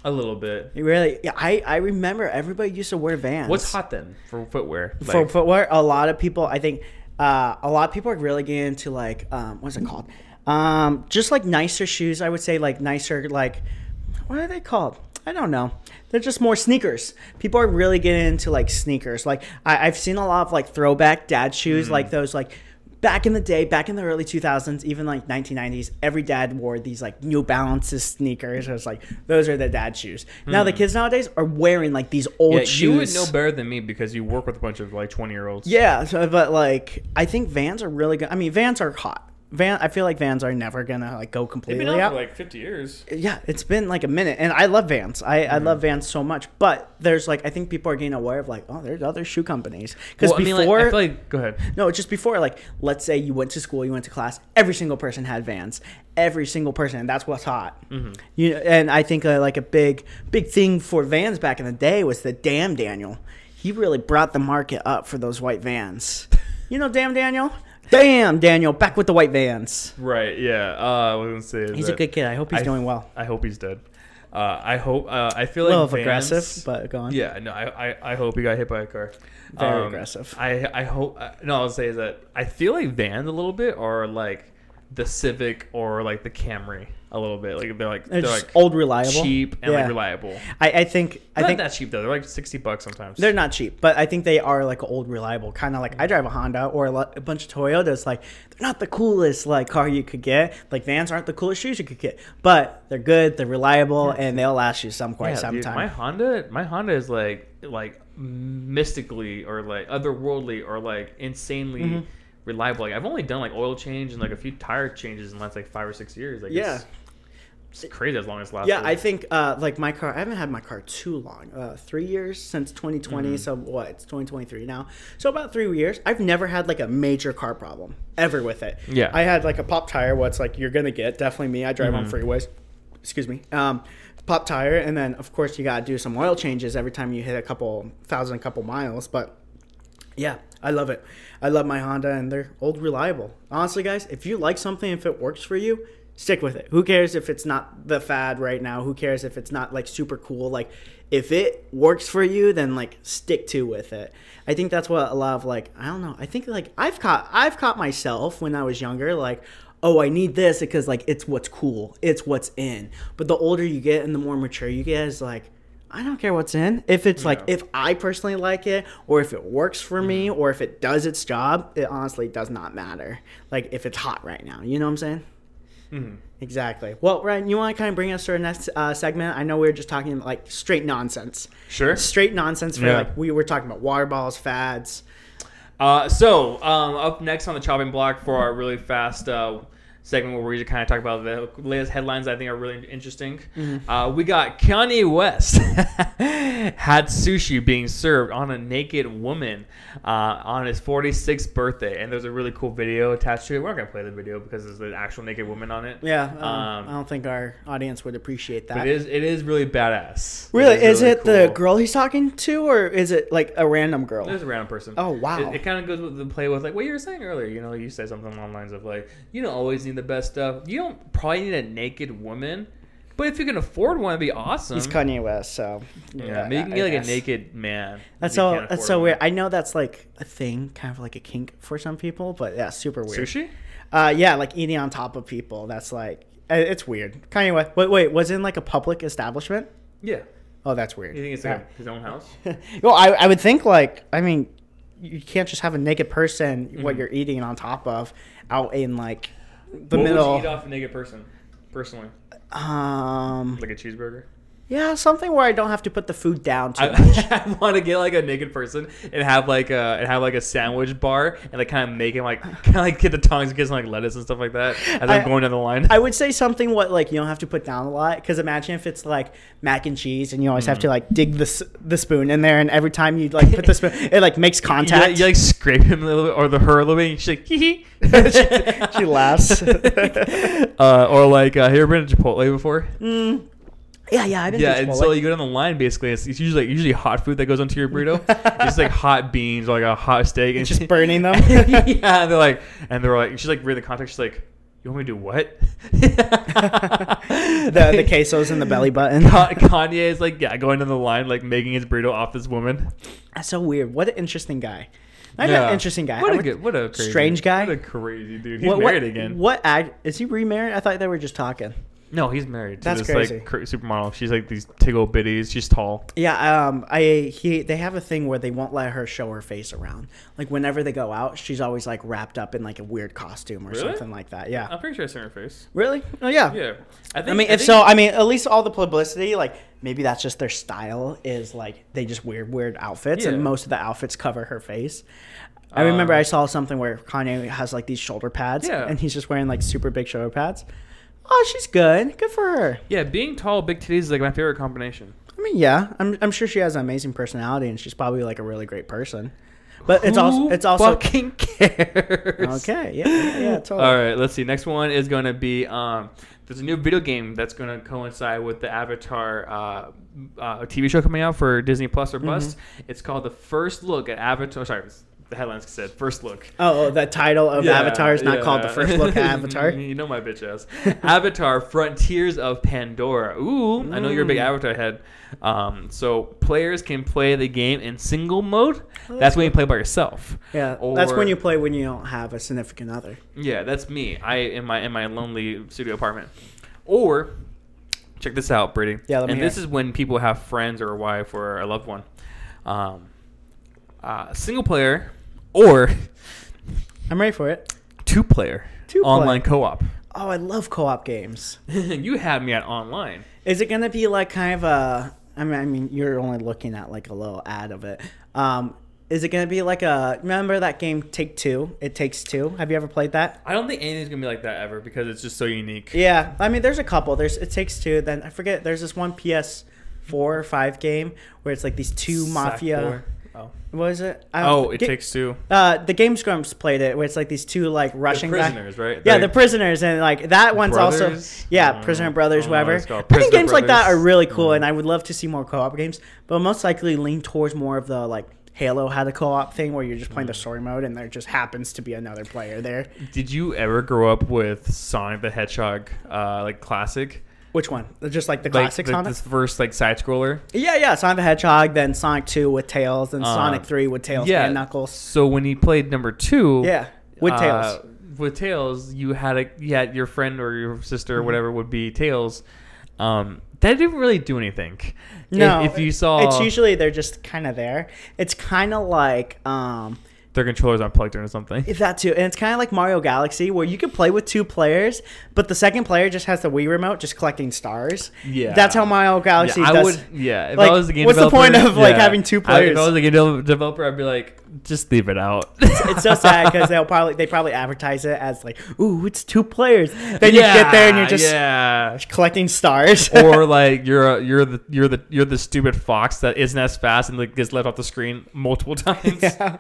[SPEAKER 1] a little bit.
[SPEAKER 2] You Really? Yeah, I, I remember everybody used to wear Vans.
[SPEAKER 1] What's hot then for footwear?
[SPEAKER 2] for
[SPEAKER 1] Like-
[SPEAKER 2] footwear? A lot of people, I think, uh, a lot of people are really getting into like um, what's it called? Um, just like nicer shoes. I would say like nicer like what are they called? I don't know. They're just more sneakers. People are really getting into like sneakers. Like I, I've seen a lot of like throwback dad shoes,
[SPEAKER 1] Mm.
[SPEAKER 2] like those like back in the day, back in the early 2000s, even like 1990s, every dad wore these like New Balances sneakers. I was like, those are the dad shoes. Now the kids nowadays are wearing like these old
[SPEAKER 1] Hmm. Yeah,
[SPEAKER 2] shoes.
[SPEAKER 1] you would know better than me because you work with a bunch of like twenty year olds.
[SPEAKER 2] Yeah, so, but like I think Vans are really good. I mean, Vans are hot. Van, I feel like Vans are never gonna like go completely out.
[SPEAKER 1] like fifty years.
[SPEAKER 2] yeah, it's been like a minute, and I love Vans. I, I
[SPEAKER 1] Mm.
[SPEAKER 2] love Vans so much, but there's like I think people are getting aware of like oh, there's other shoe companies because
[SPEAKER 1] Well, I mean, like,
[SPEAKER 2] before
[SPEAKER 1] I feel like go ahead.
[SPEAKER 2] no, just before, like, let's say you went to school, you went to class, every single person had vans. Every single person, and that's what's hot.
[SPEAKER 1] Mm-hmm.
[SPEAKER 2] You know, and I think uh, like a big, big thing for vans back in the day was the Damn Daniel. He really brought the market up for those white vans. You know, Damn Daniel. Damn Daniel, back with the white vans.
[SPEAKER 1] Right? Yeah. Uh, I was gonna say is
[SPEAKER 2] He's a
[SPEAKER 1] that-
[SPEAKER 2] good kid. I hope he's
[SPEAKER 1] I-
[SPEAKER 2] doing well.
[SPEAKER 1] I hope he's dead. Uh, I hope. Uh, I feel
[SPEAKER 2] A little
[SPEAKER 1] like Vans-
[SPEAKER 2] aggressive, but go on.
[SPEAKER 1] Yeah, no, I, I, I hope he got hit by a car. Um,
[SPEAKER 2] Very aggressive.
[SPEAKER 1] uh, I I hope. I, no, I'll say that I feel like Vans a little bit are like the Civic or like the Camry a little bit. Like they're like
[SPEAKER 2] It's
[SPEAKER 1] they're
[SPEAKER 2] just
[SPEAKER 1] like
[SPEAKER 2] old reliable.
[SPEAKER 1] cheap and
[SPEAKER 2] Yeah.
[SPEAKER 1] like reliable.
[SPEAKER 2] I, I think I
[SPEAKER 1] not
[SPEAKER 2] think
[SPEAKER 1] that cheap though. They're like sixty bucks sometimes.
[SPEAKER 2] they're not cheap, but I think they are like old reliable. Kind of like I drive a Honda or a, lo- a bunch of Toyotas. Like they're not the coolest like car you could get. Like Vans aren't the coolest shoes you could get, but they're good, they're reliable, and they'll last you some quite
[SPEAKER 1] Yeah,
[SPEAKER 2] some
[SPEAKER 1] dude,
[SPEAKER 2] time.
[SPEAKER 1] my Honda, my Honda is like like mystically or like otherworldly or like insanely
[SPEAKER 2] Mm-hmm.
[SPEAKER 1] reliable. Like I've only done like oil change and like a few tire changes in the last like five or six years. Like
[SPEAKER 2] Yeah.
[SPEAKER 1] it's, it's crazy as long as it lasts.
[SPEAKER 2] yeah, I think uh, like my car. I haven't had my car too long. Uh, three years since 2020. So what? It's 2023 now. So about three years. I've never had like a major car problem ever with it.
[SPEAKER 1] Yeah.
[SPEAKER 2] I had like a pop tire. What's like you're gonna get definitely me. I drive on freeways. Excuse me. Um, pop tire, and then of course you gotta do some oil changes every time you hit a couple thousand, couple miles. But yeah, I love it. I love my Honda, and they're old reliable. Honestly, guys, if you like something, if it works for you, stick with it. Who cares if it's not the fad right now? Who cares if it's not like super cool? Like, if it works for you, then like stick to with it. I think that's what a lot of like I don't know. I think like I've caught I've caught myself when I was younger like oh, I need this because like it's what's cool, it's what's in. But the older you get and the more mature you get, is like I don't care what's in. If it's like if I personally like it, or if it works for me,
[SPEAKER 1] Mm-hmm.
[SPEAKER 2] or if it does its job, it honestly does not matter. Like if it's hot right now, you know what I'm saying?
[SPEAKER 1] Mm-hmm.
[SPEAKER 2] Exactly. Well, Ryan, you want to kind of bring us to our next uh, segment? I know we were just talking like straight nonsense,
[SPEAKER 1] sure.
[SPEAKER 2] straight nonsense. For
[SPEAKER 1] Yeah.
[SPEAKER 2] like we were talking about water bottles, fads.
[SPEAKER 1] Uh, so um, up next on the chopping block for our really fast uh, segment where we just kind of talk about the latest headlines I think are really interesting.
[SPEAKER 2] Mm-hmm.
[SPEAKER 1] Uh, we got Kanye West had sushi being served on a naked woman uh, on his 46th birthday, and there's a really cool video attached to it. We're not gonna play the video because there's an actual naked woman on it.
[SPEAKER 2] Yeah, um,
[SPEAKER 1] Um,
[SPEAKER 2] I don't think our audience would appreciate that.
[SPEAKER 1] But it is it is really badass.
[SPEAKER 2] Really? Is
[SPEAKER 1] really
[SPEAKER 2] it the
[SPEAKER 1] cool.
[SPEAKER 2] girl he's talking to, or is it like a random girl?
[SPEAKER 1] There's a random person.
[SPEAKER 2] Oh, wow.
[SPEAKER 1] It, kind of goes with the play with like what you were saying earlier. You know, you said something along the lines of like you don't always need the best stuff. You don't probably need a naked woman, but if you can afford one, it'd be awesome.
[SPEAKER 2] He's Kanye West, so
[SPEAKER 1] yeah, maybe you can get like
[SPEAKER 2] I
[SPEAKER 1] a
[SPEAKER 2] guess.
[SPEAKER 1] naked man. if
[SPEAKER 2] That's
[SPEAKER 1] you
[SPEAKER 2] so.
[SPEAKER 1] can't
[SPEAKER 2] That's
[SPEAKER 1] afford
[SPEAKER 2] so
[SPEAKER 1] one.
[SPEAKER 2] weird. I know that's like a thing, kind of like a kink for some people, but yeah, super weird.
[SPEAKER 1] Sushi?
[SPEAKER 2] Uh, yeah, like eating on top of people. That's like uh, it's weird. Kanye West. Wait, wait, was it in like a public establishment?
[SPEAKER 1] Yeah.
[SPEAKER 2] Oh, that's weird.
[SPEAKER 1] You think it's
[SPEAKER 2] Yeah.
[SPEAKER 1] like his own house?
[SPEAKER 2] well, I, I would think like I mean, you can't just have a naked person what you're eating on top of out in like the
[SPEAKER 1] Mm-hmm. what
[SPEAKER 2] middle.
[SPEAKER 1] Would you eat off a naked person, personally,
[SPEAKER 2] um,
[SPEAKER 1] like a cheeseburger.
[SPEAKER 2] yeah, something where I don't have to put the food down too much.
[SPEAKER 1] I, I want to get like a naked person and have like a and have like a sandwich bar and like kind of make him like kind of like get the tongs and get some like lettuce and stuff like that as I,
[SPEAKER 2] I-
[SPEAKER 1] am going down the line.
[SPEAKER 2] I would say something what like you don't have to put down a lot because imagine if it's like mac and cheese and you always
[SPEAKER 1] Mm.
[SPEAKER 2] have to like dig the s- the spoon in there and every time you like put the spoon it like makes
[SPEAKER 1] You like,
[SPEAKER 2] contact.
[SPEAKER 1] you like scrape him a little bit, or the her a little bit, and she's like, hee hee.
[SPEAKER 2] She laughs.
[SPEAKER 1] uh, or like, uh, have you ever been to Chipotle before?
[SPEAKER 2] Mm. Yeah, yeah, I've been
[SPEAKER 1] Yeah,
[SPEAKER 2] to
[SPEAKER 1] and
[SPEAKER 2] Chipotle.
[SPEAKER 1] so you go down the line basically. It's, it's usually usually hot food that goes onto your burrito. it's like hot beans, or like a hot steak, and
[SPEAKER 2] just burning them.
[SPEAKER 1] yeah, and they're like, and they're like, she's like, read the context. She's like, you want me to do what?
[SPEAKER 2] the the quesos in the belly button.
[SPEAKER 1] Ka- Kanye is like, yeah, going down the line, like making his burrito off this woman.
[SPEAKER 2] That's so weird. What an interesting guy. Not
[SPEAKER 1] yeah.
[SPEAKER 2] an interesting guy.
[SPEAKER 1] What
[SPEAKER 2] I
[SPEAKER 1] a
[SPEAKER 2] would-
[SPEAKER 1] good, what a crazy,
[SPEAKER 2] strange guy.
[SPEAKER 1] What a crazy dude. He's
[SPEAKER 2] what, what-
[SPEAKER 1] married again.
[SPEAKER 2] What ag- is he remarried? I thought they were just talking.
[SPEAKER 1] No, he's married to
[SPEAKER 2] That's
[SPEAKER 1] this
[SPEAKER 2] crazy.
[SPEAKER 1] like cr- supermodel. She's like these tiggle bitties. She's tall.
[SPEAKER 2] Yeah, um, I he they have a thing where they won't let her show her face around. Like whenever they go out, she's always like wrapped up in like a weird costume or
[SPEAKER 1] Really? Oh.
[SPEAKER 2] something like that. Yeah,
[SPEAKER 1] I'm pretty sure I seen her face.
[SPEAKER 2] really? Oh yeah.
[SPEAKER 1] Yeah, think,
[SPEAKER 2] I mean, if so, I mean, at least all the publicity, like maybe that's just their style is like they just wear weird outfits,
[SPEAKER 1] Yeah.
[SPEAKER 2] and most of the outfits cover her face. I remember
[SPEAKER 1] Um,
[SPEAKER 2] I saw something where Kanye has like these shoulder pads,
[SPEAKER 1] Yeah.
[SPEAKER 2] and he's just wearing like super big shoulder pads. Oh, she's good. Good for her.
[SPEAKER 1] yeah, being tall, big titties is like my favorite combination.
[SPEAKER 2] I mean, yeah, I'm, I'm sure she has an amazing personality, and she's probably like a really great person. But it's also
[SPEAKER 1] Who
[SPEAKER 2] it's also
[SPEAKER 1] fucking cares.
[SPEAKER 2] okay. Yeah, yeah, yeah, totally.
[SPEAKER 1] All right, let's see. Next one is going to be um, there's a new video game that's going to coincide with the Avatar uh,
[SPEAKER 2] Mm-hmm.
[SPEAKER 1] uh, TV show coming out for Disney Plus or Bust. It's called The First Look at Avatar. Sorry, it's the headlines said first look.
[SPEAKER 2] Oh, the title of
[SPEAKER 1] Yeah,
[SPEAKER 2] Avatar is not
[SPEAKER 1] yeah.
[SPEAKER 2] called the first look Avatar.
[SPEAKER 1] you know my bitch ass. Avatar: Frontiers of Pandora. Ooh, I know you're a big
[SPEAKER 2] Mm.
[SPEAKER 1] Avatar head. Um, so players can play the game in single mode.
[SPEAKER 2] Oh,
[SPEAKER 1] that's when you play by yourself.
[SPEAKER 2] Yeah, that's when
[SPEAKER 1] Or-
[SPEAKER 2] you play when you don't have a significant other.
[SPEAKER 1] Yeah, that's me. I in my in my lonely studio apartment. Or check this out, Brady.
[SPEAKER 2] Yeah, let me
[SPEAKER 1] and
[SPEAKER 2] hear
[SPEAKER 1] this
[SPEAKER 2] it.
[SPEAKER 1] is when people have friends or a wife or a loved one. Um, uh, single player or
[SPEAKER 2] I'm ready for it.
[SPEAKER 1] two player
[SPEAKER 2] Two-player.
[SPEAKER 1] online co-op.
[SPEAKER 2] Oh, I love co-op games.
[SPEAKER 1] you had me at online.
[SPEAKER 2] Is it gonna be like kind of a? I mean, I mean, you're only looking at like a little ad of it. Um, is it gonna be like a? Remember that game Take Two? It takes two. Have you ever played that?
[SPEAKER 1] I don't think anything's gonna be like that ever because it's just so unique.
[SPEAKER 2] Yeah, I mean, there's a couple. There's It Takes Two. Then I forget. There's this one PS four or five game where it's like these two mafia. Uh,
[SPEAKER 1] Sackboy. Oh,
[SPEAKER 2] What is it? I don't-
[SPEAKER 1] oh, it
[SPEAKER 2] Ga-
[SPEAKER 1] takes two.
[SPEAKER 2] Uh, the Game Scrums played it where it's like these two like
[SPEAKER 1] The
[SPEAKER 2] rushing guys.
[SPEAKER 1] prisoners, right?
[SPEAKER 2] Yeah,
[SPEAKER 1] They-
[SPEAKER 2] the prisoners and like that one's
[SPEAKER 1] Brothers?
[SPEAKER 2] also yeah,
[SPEAKER 1] Mm,
[SPEAKER 2] prisoner brothers,
[SPEAKER 1] I don't know what
[SPEAKER 2] whatever.
[SPEAKER 1] it's called.
[SPEAKER 2] I think
[SPEAKER 1] Prisoner
[SPEAKER 2] games like that are
[SPEAKER 1] Brothers. Mm.
[SPEAKER 2] really cool, and I would love to see more co-op games. But most likely lean towards more of the like Halo had a co-op thing where you're just
[SPEAKER 1] Mm.
[SPEAKER 2] playing the story mode, and there just happens to be another player there.
[SPEAKER 1] Did you ever grow up with Sonic the Hedgehog, uh, like classic?
[SPEAKER 2] Which one? Just like the
[SPEAKER 1] like
[SPEAKER 2] classic
[SPEAKER 1] the-
[SPEAKER 2] Sonic.
[SPEAKER 1] This first like side scroller.
[SPEAKER 2] yeah, yeah, Sonic the Hedgehog, then Sonic Two with Tails, then
[SPEAKER 1] Uh,
[SPEAKER 2] Sonic Three with Tails and Knuckles.
[SPEAKER 1] So when he played number two,
[SPEAKER 2] Yeah, with
[SPEAKER 1] uh,
[SPEAKER 2] Tails.
[SPEAKER 1] with Tails, you had a you had your friend or your sister
[SPEAKER 2] Mm-hmm.
[SPEAKER 1] or whatever would be Tails. Um, that didn't really do anything. If-
[SPEAKER 2] No,
[SPEAKER 1] if, you saw
[SPEAKER 2] it's usually they're just kind of there. It's kind of like um.
[SPEAKER 1] their controllers unplugged or something.
[SPEAKER 2] If that too, and it's kind of like Mario Galaxy, where you can play with two players, but the second player just has the Wii remote, just collecting stars.
[SPEAKER 1] Yeah.
[SPEAKER 2] that's how Mario Galaxy
[SPEAKER 1] yeah, I
[SPEAKER 2] does.
[SPEAKER 1] would. Yeah, if
[SPEAKER 2] like,
[SPEAKER 1] I was the game
[SPEAKER 2] what's the
[SPEAKER 1] developer-
[SPEAKER 2] point of, like,
[SPEAKER 1] yeah.
[SPEAKER 2] having two
[SPEAKER 1] I- if
[SPEAKER 2] players?
[SPEAKER 1] I was the game de- developer, I'd be like, just leave it out.
[SPEAKER 2] It's so sad because they'll probably they probably advertise it as like, ooh, it's two players. Then you get there and you're just
[SPEAKER 1] yeah.
[SPEAKER 2] collecting stars.
[SPEAKER 1] or like you're a, you're the you're the you're the stupid fox that isn't as fast and like gets left off the screen multiple times.
[SPEAKER 2] Yeah.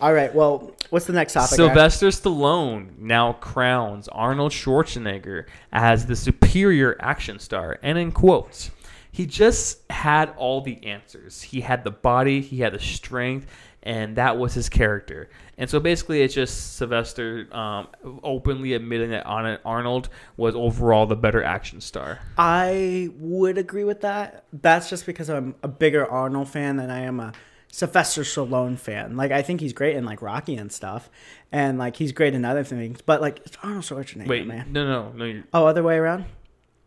[SPEAKER 2] All right. Well, what's the next topic? Ryan?
[SPEAKER 1] Sylvester Stallone now crowns Arnold Schwarzenegger as the superior action star, and in quotes, he just had all the answers. He had the body, he had the strength, and that was his character. And so basically, it's just Sylvester um, openly admitting that Arn- Arnold was overall the better action star.
[SPEAKER 2] I would agree with that. That's just because I'm a bigger Arnold fan than I am a Sylvester Stallone fan. Like I think he's great in like Rocky and stuff, and like he's great in other things. But like it's Arnold Schwarzenegger,
[SPEAKER 1] Wait, no,
[SPEAKER 2] Oh, man.
[SPEAKER 1] no, no, you're,
[SPEAKER 2] Oh, other way around.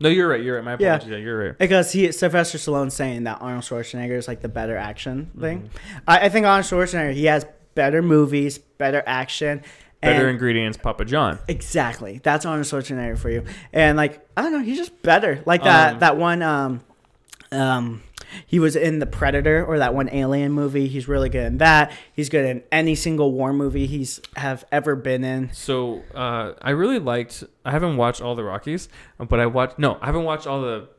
[SPEAKER 1] no, you're right. You're right. My
[SPEAKER 2] Yeah.
[SPEAKER 1] apologies. Yeah, you're right.
[SPEAKER 2] Because he Sylvester Stallone saying that Arnold Schwarzenegger is like the better action thing.
[SPEAKER 1] Mm-hmm.
[SPEAKER 2] I, I think Arnold Schwarzenegger he has better movies, better action, and
[SPEAKER 1] Better ingredients, Papa John.
[SPEAKER 2] Exactly. That's Arnold Schwarzenegger for you. And like I don't know, he's just better. Like that
[SPEAKER 1] Um,
[SPEAKER 2] that one um um he was in The Predator or that one alien movie. He's really good in that. He's good in any single war movie he's have ever been in.
[SPEAKER 1] So uh, I really liked. I haven't watched all the Rockies, but I watched. No, I haven't watched all the.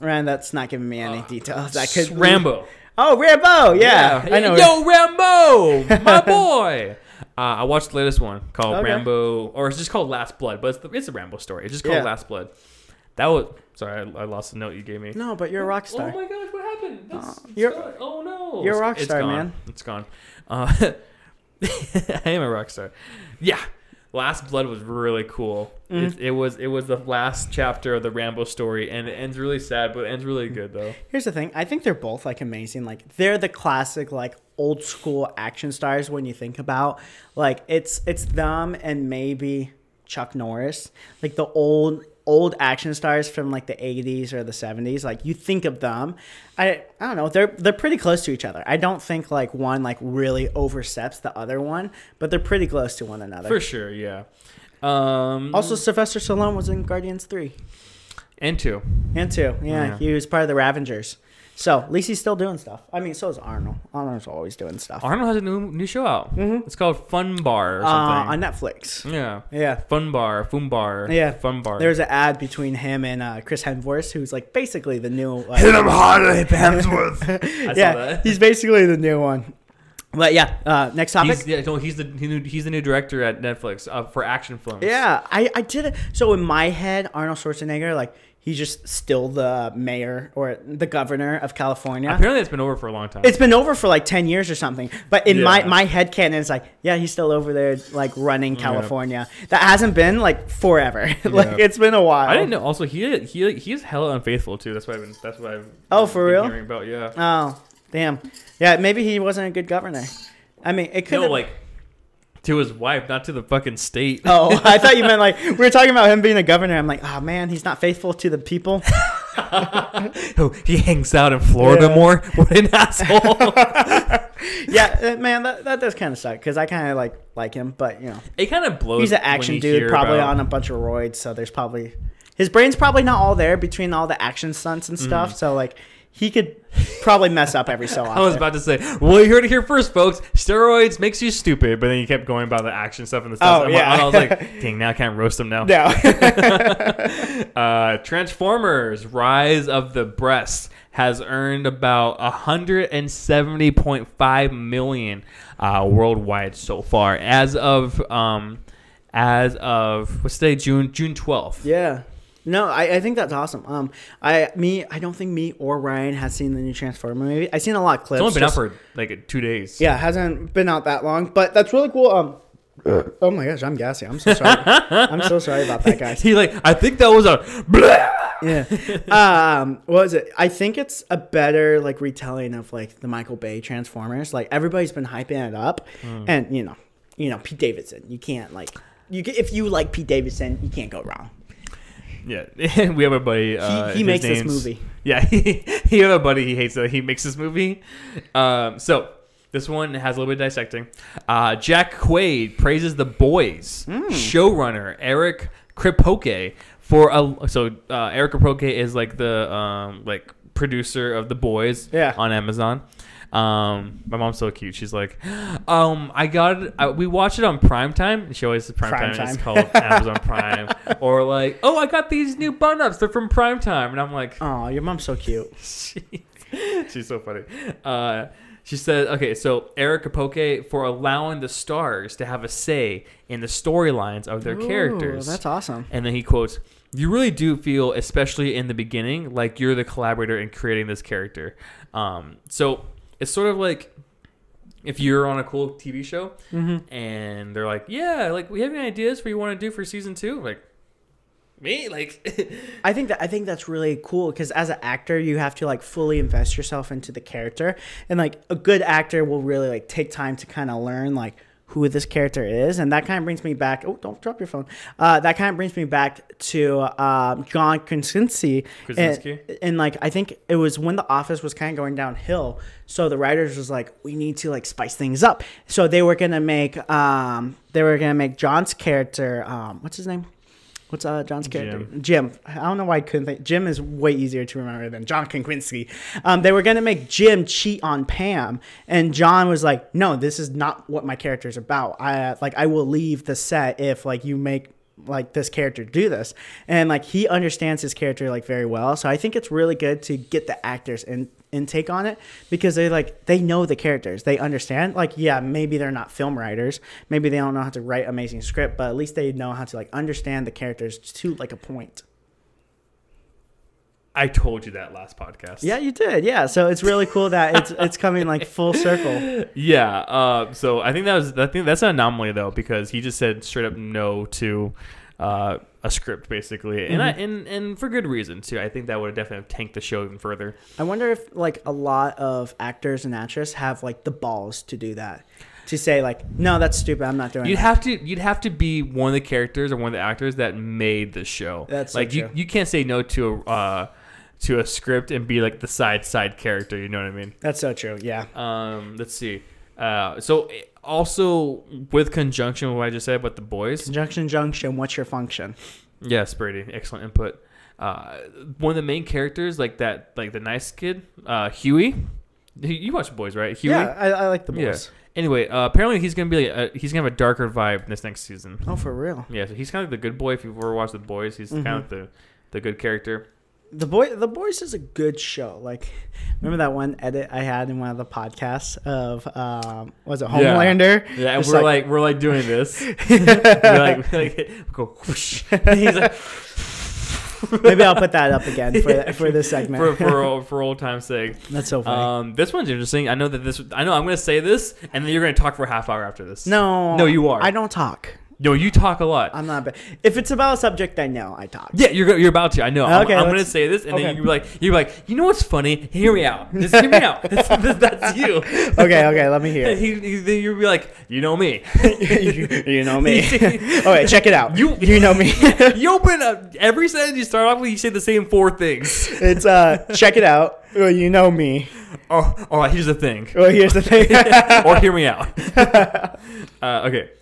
[SPEAKER 2] Ryan, that's not giving me any details. That could
[SPEAKER 1] Uh, Rambo.
[SPEAKER 2] Oh, Rambo. Yeah. I know.
[SPEAKER 1] Yo, Rambo, my boy. Uh, I watched the latest one called
[SPEAKER 2] Okay.
[SPEAKER 1] Rambo, or it's just called Last Blood, but it's, the, it's a Rambo story. It's just called
[SPEAKER 2] Yeah.
[SPEAKER 1] Last Blood. That was sorry. I, I lost the note you gave me.
[SPEAKER 2] No, but you're a rock star.
[SPEAKER 1] Oh my gosh, what happened? That's,
[SPEAKER 2] Oh,
[SPEAKER 1] it's
[SPEAKER 2] you're-
[SPEAKER 1] gone. oh no.
[SPEAKER 2] you're a rock
[SPEAKER 1] It's- it's
[SPEAKER 2] star,
[SPEAKER 1] gone.
[SPEAKER 2] man.
[SPEAKER 1] It's gone. Uh, I am a rock star. Yeah. Last Blood was really cool.
[SPEAKER 2] Mm-hmm.
[SPEAKER 1] It, it was it was the last chapter of the Rambo story, and it ends really sad, but it ends really good though.
[SPEAKER 2] Here's the thing. I think they're both like amazing. Like they're the classic like old school action stars when you think about like it's it's them and maybe Chuck Norris. Like the old old action stars from like the 80s or the 70s like you think of them i i don't know they're they're pretty close to each other i don't think like one like really oversteps the other one but they're pretty close to one another
[SPEAKER 1] For sure, yeah. Um,
[SPEAKER 2] also sylvester stallone was in guardians 3
[SPEAKER 1] and two.
[SPEAKER 2] and two, yeah,
[SPEAKER 1] Oh, Yeah.
[SPEAKER 2] he was part of the Ravengers. So at least he's still doing stuff. I mean, so is Arnold. Arnold's always doing stuff
[SPEAKER 1] Arnold has a new new show out. It's called Fun Bar or
[SPEAKER 2] Mm-hmm. uh,
[SPEAKER 1] something.
[SPEAKER 2] on Netflix.
[SPEAKER 1] yeah.
[SPEAKER 2] Yeah,
[SPEAKER 1] Fun Bar, Fun Bar,
[SPEAKER 2] Yeah.
[SPEAKER 1] Fun Bar.
[SPEAKER 2] there was an ad between him and uh, Chris Hemsworth, who's like basically the new. Like,
[SPEAKER 1] him harder, hip Hemsworth. I saw
[SPEAKER 2] yeah,
[SPEAKER 1] that.
[SPEAKER 2] he's basically the new one. But yeah, uh, next topic.
[SPEAKER 1] He's, yeah, no, he's the he knew- he's the new director at Netflix uh, for action films.
[SPEAKER 2] Yeah, I I did it. So in my head, Arnold Schwarzenegger, like he's just still the mayor or the governor of California.
[SPEAKER 1] Apparently, it's been over for a long time.
[SPEAKER 2] It's been over for like 10 years or something. But in my,
[SPEAKER 1] Yeah.
[SPEAKER 2] my head canon, it's like, yeah, he's still over there, like running California. That hasn't been like forever. like,
[SPEAKER 1] Yeah.
[SPEAKER 2] it's been a while.
[SPEAKER 1] I didn't know. Also, he he he's hella unfaithful too. That's why I've been. That's what I've.
[SPEAKER 2] Oh, for
[SPEAKER 1] been
[SPEAKER 2] real?
[SPEAKER 1] Hearing about yeah.
[SPEAKER 2] Oh, damn. Yeah, maybe he wasn't a good governor. I mean, it could
[SPEAKER 1] No, like to his wife, not to the fucking state.
[SPEAKER 2] Oh, I thought you meant like we were talking about him being a governor. I'm like, oh man, he's not faithful to the people.
[SPEAKER 1] Oh, he hangs out in Florida
[SPEAKER 2] Yeah.
[SPEAKER 1] more. What an asshole!
[SPEAKER 2] yeah, uh, man, that, that does kind of suck because I kind of like like him, but you know,
[SPEAKER 1] it kind of blows.
[SPEAKER 2] he's an action dude, probably on a bunch of roids. So there's probably his brain's probably not all there between all the action stunts and stuff. So like he could probably mess up every so often.
[SPEAKER 1] Mm. I was about to say, well, you heard it here first, folks. Steroids makes you stupid, but then you kept going about the action stuff and the stuff.
[SPEAKER 2] Oh,
[SPEAKER 1] I'm
[SPEAKER 2] yeah.
[SPEAKER 1] like, I was like, dang, now I can't roast them now.
[SPEAKER 2] no.
[SPEAKER 1] Uh, Transformers: Rise of the Breast has earned about 170.5 million uh, worldwide so far, as of um, as of what's today, June June 12th.
[SPEAKER 2] yeah. No, I, I think that's awesome. Um, I me I don't think me or Ryan has seen the new Transformer movie. I've seen a lot of clips.
[SPEAKER 1] It's only been
[SPEAKER 2] just-
[SPEAKER 1] up for like two days.
[SPEAKER 2] Yeah, it hasn't been out that long, but that's really cool. Um, oh my gosh, I'm gassy. I'm so sorry. I'm so sorry about that, guys.
[SPEAKER 1] He like, I think that was a.
[SPEAKER 2] Yeah. Um, what was it? I think it's a better like retelling of like the Michael Bay Transformers. Like everybody's been hyping it up, and you know, you know Pete Davidson. You can't like you ca- if you like Pete Davidson, you can't go wrong.
[SPEAKER 1] Yeah, we have a buddy. Uh,
[SPEAKER 2] he
[SPEAKER 1] his
[SPEAKER 2] makes this
[SPEAKER 1] name's-
[SPEAKER 2] movie.
[SPEAKER 1] Yeah, he, he have a buddy. He hates that he makes this movie. Um, so this one has a little bit of dissecting. Uh, Jack Quaid praises the boys
[SPEAKER 2] Mm.
[SPEAKER 1] showrunner Eric Kripoke for a so uh, Eric Kripoke is like the um, like producer of the boys
[SPEAKER 2] Yeah.
[SPEAKER 1] on Amazon. Um, my mom's so cute. She's like, um, I got it. I, we watched it on prime time. And she always says prime,
[SPEAKER 2] Prime
[SPEAKER 1] time. It's
[SPEAKER 2] time.
[SPEAKER 1] called Amazon Prime. Or like, oh, I got these new bun ups. They're from prime time. And I'm like,
[SPEAKER 2] Oh, your mom's so cute.
[SPEAKER 1] she, she's so funny. Uh, she said, okay, so Eric Capoke for allowing the stars to have a say in the storylines of their characters.
[SPEAKER 2] Ooh, that's awesome.
[SPEAKER 1] And then he quotes, "You really do feel, especially in the beginning, like you're the collaborator in creating this character." Um, so it's sort of like if you're on a cool TV show and they're like, "Yeah, like we have any ideas for you want to do for season two? Like me, like
[SPEAKER 2] I think that I think that's really cool because as an actor, you have to like fully invest yourself into the character, and like a good actor will really like take time to kind of learn like who this character is, and that kind of brings me back. Oh, don't drop your phone. Uh, that kind of brings me back to um, John Krasinski. and-
[SPEAKER 1] Krasinski?
[SPEAKER 2] and like I think it was when the office was kind of going downhill, so the writers was like, we need to like spice things up. So they were gonna make um they were gonna make John's character um what's his name? What's uh John's character? Jim. I don't know why I couldn't think. Jim is way easier to remember than John Kinkwinski. Um, they were gonna make Jim cheat on Pam, and John was like, no, this is not what my character is about. I like I will leave the set if like you make like this character do this and like he understands his character like very well so i think it's really good to get the actors in intake on it because they like they know the characters they understand like yeah maybe they're not film writers maybe they don't know how to write amazing script but at least they know how to like understand the characters to like a point
[SPEAKER 1] I told you that last podcast.
[SPEAKER 2] yeah you did yeah so it's really cool that it's it's coming like full circle
[SPEAKER 1] Yeah. Uh, so I think that was I think that's an anomaly though because he just said straight up no to uh, a script basically, and
[SPEAKER 2] Mm-hmm.
[SPEAKER 1] I and and for good reason too. I think that would have definitely tanked the show even further.
[SPEAKER 2] i wonder if like a lot of actors and actresses have like the balls to do that to say like no that's stupid i'm not doing
[SPEAKER 1] You'd
[SPEAKER 2] that.
[SPEAKER 1] have to you'd have to be one of the characters or one of the actors that made the show.
[SPEAKER 2] That's so
[SPEAKER 1] like you
[SPEAKER 2] true.
[SPEAKER 1] you can't say no to a uh, to a script and be like the side side character. You know what I mean?
[SPEAKER 2] that's so true yeah
[SPEAKER 1] Um, let's see. Uh, so eh, also with conjunction with what I just said about the boys,
[SPEAKER 2] Junction, junction. What's your function?
[SPEAKER 1] Yes, Brady. Excellent input. Uh, one of the main characters, like that, like the nice kid, uh, Huey. You- You watch the boys, right? Huey.
[SPEAKER 2] Yeah, I, I like the
[SPEAKER 1] Yeah.
[SPEAKER 2] boys.
[SPEAKER 1] Anyway, uh, apparently he's gonna be like, uh, he's gonna have a darker vibe this next season.
[SPEAKER 2] Oh, for real.
[SPEAKER 1] Yeah, so he's kind of like the good boy. If you've ever watched the boys, he's kind of the the good character.
[SPEAKER 2] The boy, the boys is a good show. Like, remember that one edit I had in one of the podcasts of um, was it Homelander?
[SPEAKER 1] Yeah, and
[SPEAKER 2] Just
[SPEAKER 1] we're like, we're like doing this. we're like, we're like go whoosh. he's like
[SPEAKER 2] Maybe I'll put that up again for for this segment.
[SPEAKER 1] for for old, for old time's sake.
[SPEAKER 2] That's so funny.
[SPEAKER 1] Um, this one's interesting. I know that this. I know I'm going to say this, and then you're going to talk for a half hour after this.
[SPEAKER 2] no,
[SPEAKER 1] No, you are.
[SPEAKER 2] I don't talk.
[SPEAKER 1] No, you talk a lot.
[SPEAKER 2] I'm not. Ba- if it's about a subject I know, I talk.
[SPEAKER 1] yeah, you're go- you're about to. I know. I'm-
[SPEAKER 2] Okay,
[SPEAKER 1] I'm, going to
[SPEAKER 2] let's-
[SPEAKER 1] say this, and
[SPEAKER 2] okay.
[SPEAKER 1] then you're like, you're like, you know what's funny? Hear me out. Just hear me out. That's, that's you.
[SPEAKER 2] Okay, okay, let me hear.
[SPEAKER 1] He, he, then you'll be like, you know me.
[SPEAKER 2] you, you know me. All right, check it out.
[SPEAKER 1] You-
[SPEAKER 2] you know me.
[SPEAKER 1] you open up every sentence you start off with. You say the same four things.
[SPEAKER 2] it's uh, check it out. Well, you know me.
[SPEAKER 1] Oh, all right. Here's the thing.
[SPEAKER 2] Well, here's the thing.
[SPEAKER 1] or hear me out. uh, okay.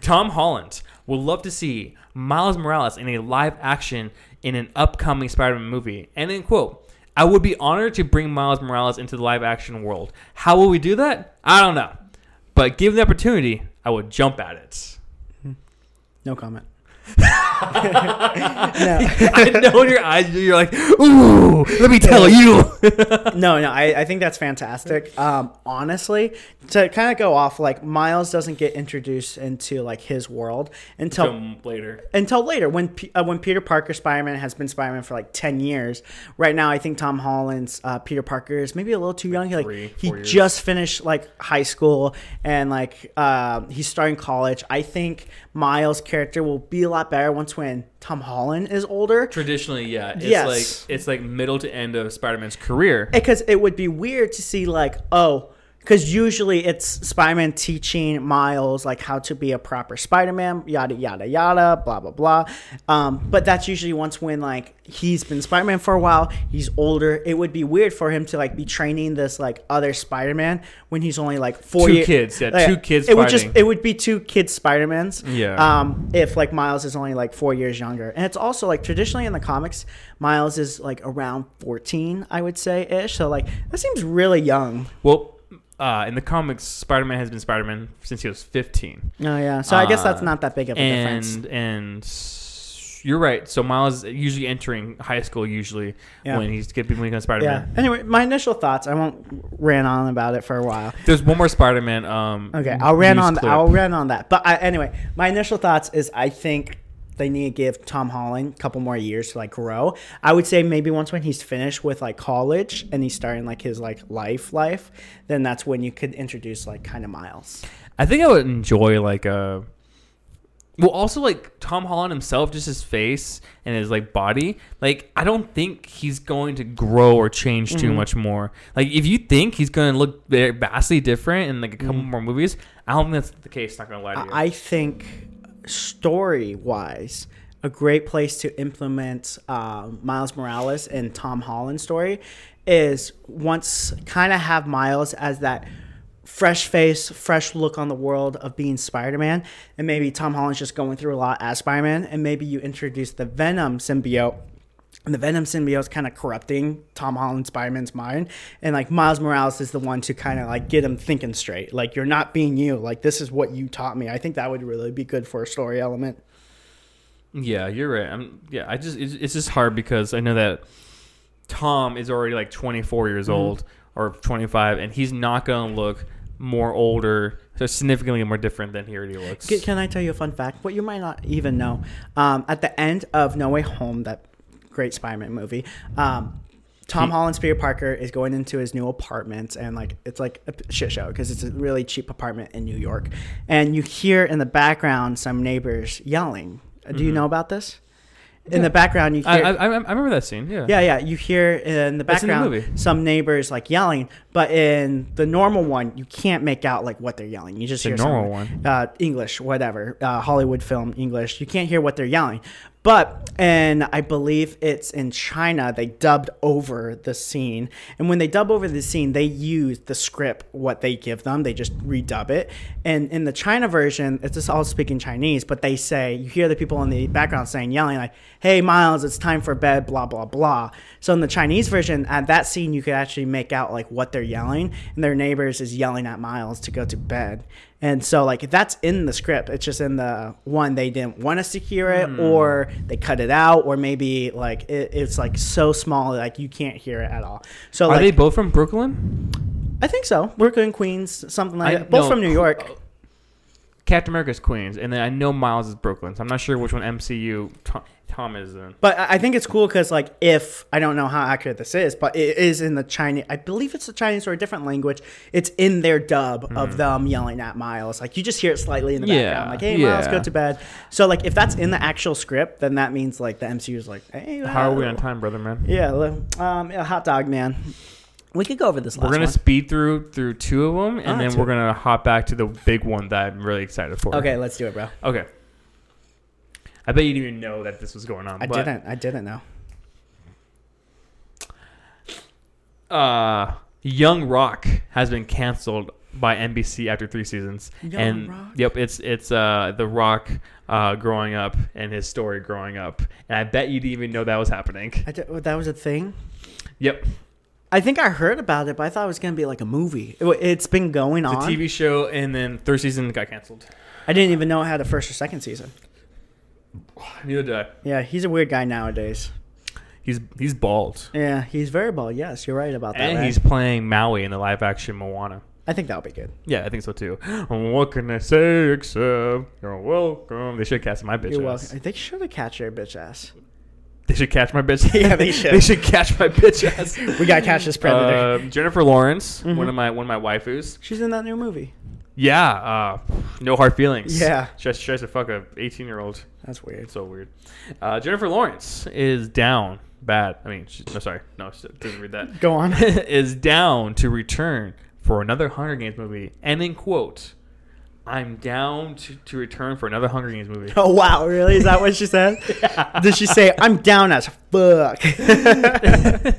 [SPEAKER 1] Tom Holland would love to see Miles Morales in a live action in an upcoming Spider-Man movie. And in quote, I would be honored to bring Miles Morales into the live action world. How will we do that? I don't know. But given the opportunity, I would jump at it.
[SPEAKER 2] no comment. no.
[SPEAKER 1] I know in your eyes you're like, ooh, let me tell you.
[SPEAKER 2] no, no, I, I think that's fantastic. Um, honestly, to kind of go off, like Miles doesn't get introduced into like his world until
[SPEAKER 1] Come Um, later.
[SPEAKER 2] until later when P- uh, when Peter Parker Spider-Man has been Spider-Man for like 10 years. Right now I think Tom Holland's uh, Peter Parker is maybe a little too young. He, like
[SPEAKER 1] three,
[SPEAKER 2] he
[SPEAKER 1] four years.
[SPEAKER 2] just finished like high school and like uh, he's starting college. I think Miles' character will be a lot better once when Tom Holland is older.
[SPEAKER 1] Traditionally, yeah. It's
[SPEAKER 2] Yes.
[SPEAKER 1] like it's like middle to end of Spider-Man's career.
[SPEAKER 2] because it would be weird to see like oh because usually it's spider-man teaching miles like how to be a proper spider-man yada yada yada blah blah blah um, but that's usually once when like he's been spider-man for a while he's older it would be weird for him to like be training this like other spider-man when he's only like four
[SPEAKER 1] Two
[SPEAKER 2] year-
[SPEAKER 1] kids, yeah, two kids
[SPEAKER 2] it would just
[SPEAKER 1] fighting.
[SPEAKER 2] it would be two kids spider-mans
[SPEAKER 1] Yeah.
[SPEAKER 2] um, if like Miles is only like four years younger, and it's also like traditionally in the comics, Miles is like around fourteen, I would say ish. So like that seems really young.
[SPEAKER 1] Well, uh, in the comics, Spider Man has been Spider Man since he was 15.
[SPEAKER 2] Oh yeah, so I guess that's
[SPEAKER 1] Uh,
[SPEAKER 2] not that big of a difference.
[SPEAKER 1] And, and s- you're right. So Miles is usually entering high school, usually,
[SPEAKER 2] Yeah.
[SPEAKER 1] when he's getting becoming Spider
[SPEAKER 2] Yeah.
[SPEAKER 1] Man.
[SPEAKER 2] Anyway, my initial thoughts. I won't ran on about it for a while.
[SPEAKER 1] There's one more Spider Man. Um,
[SPEAKER 2] Okay, I'll ran
[SPEAKER 1] news
[SPEAKER 2] on
[SPEAKER 1] clip.
[SPEAKER 2] I'll ran on that. But I, anyway, my initial thoughts is I think they need to give Tom Holland a couple more years to like grow. I would say maybe once when he's finished with like college and he's starting like his like life life, then that's when you could introduce like kind of Miles.
[SPEAKER 1] I think I would enjoy, like, uh, well, also, like, Tom Holland himself, just his face and his, like, body. Like, I don't think he's going to grow or change too
[SPEAKER 2] Mm-hmm.
[SPEAKER 1] much more. Like, if you think he's going to look ve- vastly different in, like, a couple more movies, I don't think that's the case. Not going to lie to you.
[SPEAKER 2] Mm-hmm. I think story wise, a great place to implement uh, Miles Morales and Tom Holland's story is once kind of have Miles as that fresh face, fresh look on the world of being Spider Man. And maybe Tom Holland's just going through a lot as Spider Man. And maybe you introduce the Venom symbiote and the Venom symbiote is kind of corrupting Tom Holland Spider Man's mind. And like Miles Morales is the one to kind of like get him thinking straight. Like, you're not being you. Like, this is what you taught me. I think that would really be good for a story element.
[SPEAKER 1] Yeah, you're right. I'm yeah, I just it's, it's just hard because I know that Tom is already like 24 years
[SPEAKER 2] Mm-hmm.
[SPEAKER 1] old or 25 and he's not going to look more older, so significantly more different than he already looks.
[SPEAKER 2] Can, can I tell you a fun fact? What you might not even know. Um, at the end of No Way Home, that great Spider-Man movie, um, Tom Holland's Peter Parker is going into his new apartment, and like it's like a p- shit show because it's a really cheap apartment in New York. And you hear in the background some neighbors yelling. Uh, Do you know about this? In the background, you
[SPEAKER 1] Mm-hmm. I,
[SPEAKER 2] hear.
[SPEAKER 1] I I I remember that scene. Yeah.
[SPEAKER 2] yeah, yeah. You hear in the
[SPEAKER 1] That's in the
[SPEAKER 2] background
[SPEAKER 1] movie.
[SPEAKER 2] some neighbors like yelling, but in the normal one, you can't make out like what they're yelling. You just
[SPEAKER 1] The
[SPEAKER 2] hear
[SPEAKER 1] normal
[SPEAKER 2] someone-
[SPEAKER 1] one.
[SPEAKER 2] uh, English, whatever, uh, Hollywood film English. You can't hear what they're yelling. But, and I believe it's in China, they dubbed over the scene. And when they dub over the scene, they use the script, what they give them, they just redub it. And in the China version, it's just all speaking Chinese, but they say, you hear the people in the background saying, yelling, like, hey, Miles, it's time for bed, blah, blah, blah. So in the Chinese version, at that scene, you could actually make out like what they're yelling, and their neighbors is yelling at Miles to go to bed. And so, like, that's in the script. It's just in the one they didn't want us to hear it,
[SPEAKER 1] Hmm.
[SPEAKER 2] or they cut it out, or maybe like it, it's like so small, like you can't hear it at all. So,
[SPEAKER 1] Are
[SPEAKER 2] like,
[SPEAKER 1] they both from Brooklyn?
[SPEAKER 2] I think so. Brooklyn, Queens, something like
[SPEAKER 1] I-
[SPEAKER 2] that. Both
[SPEAKER 1] no,
[SPEAKER 2] from New
[SPEAKER 1] Qu-
[SPEAKER 2] York.
[SPEAKER 1] Captain America's Queens, and then I know Miles is Brooklyn. So I'm not sure which one MCU Tom, Tom is in.
[SPEAKER 2] But I I think it's cool because, like, if I don't know how accurate this is, but it is in the Chinese, I believe it's the Chinese or a different language. It's in their dub of them yelling at Miles. Like, you just hear it slightly in the
[SPEAKER 1] Mm-hmm. Yeah,
[SPEAKER 2] background, like, "Hey, Miles,
[SPEAKER 1] yeah.
[SPEAKER 2] go to bed." So, like, if that's in the actual script, then that means like the MCU is like, "Hey,
[SPEAKER 1] How are we
[SPEAKER 2] uh,
[SPEAKER 1] on time, brother man?
[SPEAKER 2] Yeah, li- um, yeah, hot dog man. We could go over this last
[SPEAKER 1] We're gonna
[SPEAKER 2] one.
[SPEAKER 1] speed through through two of them, and
[SPEAKER 2] Ah,
[SPEAKER 1] then
[SPEAKER 2] two.
[SPEAKER 1] we're gonna hop back to the big one that I'm really excited for.
[SPEAKER 2] okay, let's do it, bro.
[SPEAKER 1] Okay. I bet you didn't even know that this was going on.
[SPEAKER 2] I
[SPEAKER 1] but,
[SPEAKER 2] didn't. I didn't know.
[SPEAKER 1] Uh, Young Rock has been canceled by NBC after three seasons.
[SPEAKER 2] Young
[SPEAKER 1] and
[SPEAKER 2] Rock?
[SPEAKER 1] yep, it's it's uh the Rock uh growing up and his story growing up. And I bet you didn't even know that was happening.
[SPEAKER 2] I di- that was a thing.
[SPEAKER 1] Yep.
[SPEAKER 2] I think I heard about it, but I thought it was gonna be like a movie. It, has been going
[SPEAKER 1] The
[SPEAKER 2] on.
[SPEAKER 1] TV show and then third season got canceled.
[SPEAKER 2] I didn't even know it had a first or second season.
[SPEAKER 1] Neither did I.
[SPEAKER 2] Yeah, he's a weird guy nowadays.
[SPEAKER 1] He's he's bald.
[SPEAKER 2] Yeah, he's very bald. Yes, you're right about that.
[SPEAKER 1] And
[SPEAKER 2] right?
[SPEAKER 1] he's playing Maui in the live action Moana.
[SPEAKER 2] I think that'll be good.
[SPEAKER 1] Yeah, I think so too. What can I say except you're welcome? They should cast my bitch.
[SPEAKER 2] You're
[SPEAKER 1] ass.
[SPEAKER 2] welcome. They should have catch your bitch ass.
[SPEAKER 1] They should catch my bitch.
[SPEAKER 2] Yeah, they should.
[SPEAKER 1] they should catch my bitch ass.
[SPEAKER 2] We gotta catch this predator. Mm-hmm.
[SPEAKER 1] Uh, Jennifer Lawrence, one of my one of my waifus.
[SPEAKER 2] She's in that new movie.
[SPEAKER 1] Yeah, uh, no hard feelings.
[SPEAKER 2] Yeah.
[SPEAKER 1] she has, she has to fuck a eighteen year old.
[SPEAKER 2] That's weird.
[SPEAKER 1] It's so weird. Uh, Jennifer Lawrence is down bad. I mean, she, no, sorry, no, she doesn't read that.
[SPEAKER 2] Go on.
[SPEAKER 1] is down to return for another Hunger Games movie, and in quote, "I'm down to, to return for another Hunger Games movie."
[SPEAKER 2] Oh wow, really? Is that what she said? Did she say I'm down as fuck? Uh,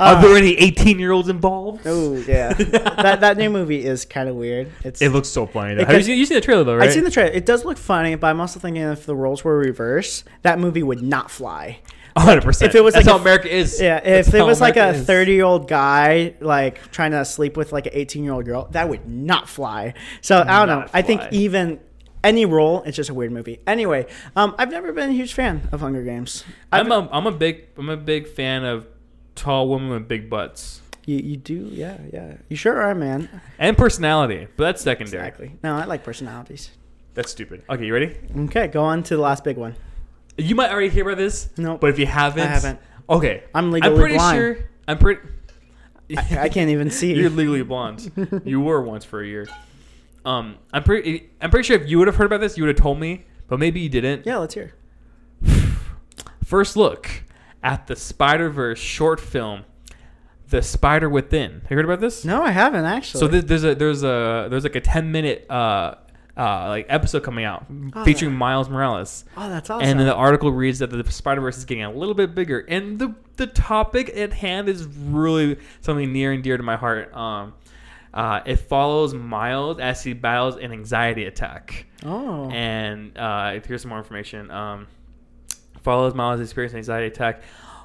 [SPEAKER 1] Are there any 18 year olds involved?
[SPEAKER 2] oh yeah, that that new movie is kind of weird. It's
[SPEAKER 1] It looks so funny. Though.
[SPEAKER 2] It
[SPEAKER 1] Have you
[SPEAKER 2] got-
[SPEAKER 1] seen, you seen the trailer though, right?
[SPEAKER 2] I've seen the trailer. It does look funny, but I'm also thinking if the roles were reversed, that movie would not fly.
[SPEAKER 1] 100. percent
[SPEAKER 2] if it was
[SPEAKER 1] That's
[SPEAKER 2] like
[SPEAKER 1] how
[SPEAKER 2] a-
[SPEAKER 1] America is.
[SPEAKER 2] Yeah,
[SPEAKER 1] That's
[SPEAKER 2] if it
[SPEAKER 1] how
[SPEAKER 2] was like a
[SPEAKER 1] America is.
[SPEAKER 2] 30 year old guy like trying to sleep with like an 18 year old girl, that would not fly. So I don't know.
[SPEAKER 1] Not
[SPEAKER 2] I think
[SPEAKER 1] fly.
[SPEAKER 2] even any role, it's just a weird movie. Anyway, um, I've never been a huge fan of Hunger Games. I
[SPEAKER 1] I'm a, I'm a big I'm a big fan of tall women with big butts
[SPEAKER 2] you, you do, yeah, yeah. You sure are, man.
[SPEAKER 1] and personality, but that's secondary.
[SPEAKER 2] Exactly. No, I like personalities.
[SPEAKER 1] That's stupid. Okay, you ready?
[SPEAKER 2] Okay, go on to the last big one.
[SPEAKER 1] You might already hear about this.
[SPEAKER 2] Nope.
[SPEAKER 1] But if you haven't,
[SPEAKER 2] I haven't.
[SPEAKER 1] Okay.
[SPEAKER 2] I'm legally
[SPEAKER 1] I'm pretty
[SPEAKER 2] blind.
[SPEAKER 1] sure. I'm pretty.
[SPEAKER 2] I, I can't even see.
[SPEAKER 1] You're legally blonde. you were once for a year. Um, I'm pretty. I'm pretty sure if you would have heard about this, you would have told me, but maybe you didn't.
[SPEAKER 2] yeah, let's hear.
[SPEAKER 1] First look at the Spider Verse short film, The Spider Within. Have you heard about this?
[SPEAKER 2] No, I haven't actually.
[SPEAKER 1] So th- there's a there's a there's like a 10 minute uh uh like episode coming out
[SPEAKER 2] Oh,
[SPEAKER 1] featuring
[SPEAKER 2] yeah.
[SPEAKER 1] Miles Morales.
[SPEAKER 2] oh, that's awesome.
[SPEAKER 1] And then the article reads that the Spider Verse is getting a little bit bigger, and the the topic at hand is really something near and dear to my heart. Um, uh, it follows Miles as he battles an anxiety attack,
[SPEAKER 2] oh,
[SPEAKER 1] and uh, here's some more information. Um, follows Miles' experience an anxiety attack,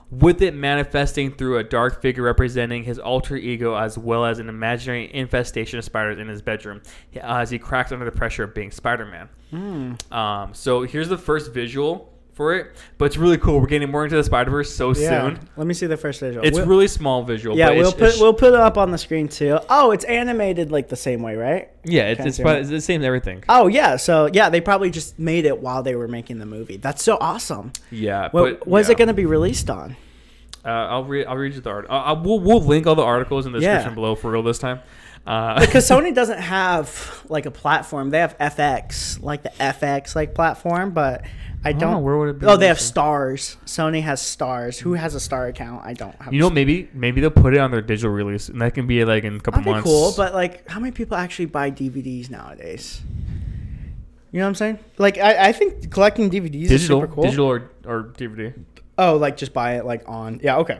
[SPEAKER 1] with it manifesting through a dark figure representing his alter ego as well as an imaginary infestation of spiders in his bedroom uh, as he cracks under the pressure of being Spider Man.
[SPEAKER 2] Hmm.
[SPEAKER 1] Um, so here's the first visual for it, but it's really cool. We're getting more into the Spider Verse so
[SPEAKER 2] yeah.
[SPEAKER 1] soon.
[SPEAKER 2] Let me see the first visual.
[SPEAKER 1] It's
[SPEAKER 2] We'll-
[SPEAKER 1] really small visual.
[SPEAKER 2] Yeah,
[SPEAKER 1] but
[SPEAKER 2] we'll
[SPEAKER 1] it's,
[SPEAKER 2] put
[SPEAKER 1] it's-
[SPEAKER 2] we'll put it up on the screen too. Oh, it's animated like the same way, right?
[SPEAKER 1] yeah, it's
[SPEAKER 2] Can't
[SPEAKER 1] it's,
[SPEAKER 2] zoom
[SPEAKER 1] probably,
[SPEAKER 2] in.
[SPEAKER 1] it's the same as everything.
[SPEAKER 2] Oh yeah, so yeah, they probably just made it while they were making the movie. That's so awesome.
[SPEAKER 1] Yeah,
[SPEAKER 2] What
[SPEAKER 1] but
[SPEAKER 2] was
[SPEAKER 1] yeah.
[SPEAKER 2] it going to be released on?
[SPEAKER 1] Uh, I'll read. I'll read you the article. Uh, we'll we'll link all the articles in the
[SPEAKER 2] Yeah.
[SPEAKER 1] description below for real this time. Uh,
[SPEAKER 2] Because Sony doesn't have like a platform. They have FX, like the FX like platform, but I
[SPEAKER 1] don't
[SPEAKER 2] don't.
[SPEAKER 1] know, where would it be
[SPEAKER 2] Oh, they have
[SPEAKER 1] released?
[SPEAKER 2] stars. Sony has stars. Who has a star account? I don't have.
[SPEAKER 1] you
[SPEAKER 2] a
[SPEAKER 1] know,
[SPEAKER 2] star.
[SPEAKER 1] maybe maybe they'll put it on their digital release, and that can be like in a couple
[SPEAKER 2] that'd be
[SPEAKER 1] months.
[SPEAKER 2] cool. But like, how many people actually buy DVDs nowadays? You know what I'm saying? Like, I, I think collecting DVDs
[SPEAKER 1] digital,
[SPEAKER 2] is super cool.
[SPEAKER 1] digital or, or DVD.
[SPEAKER 2] Oh, like just buy it like on. Yeah, okay.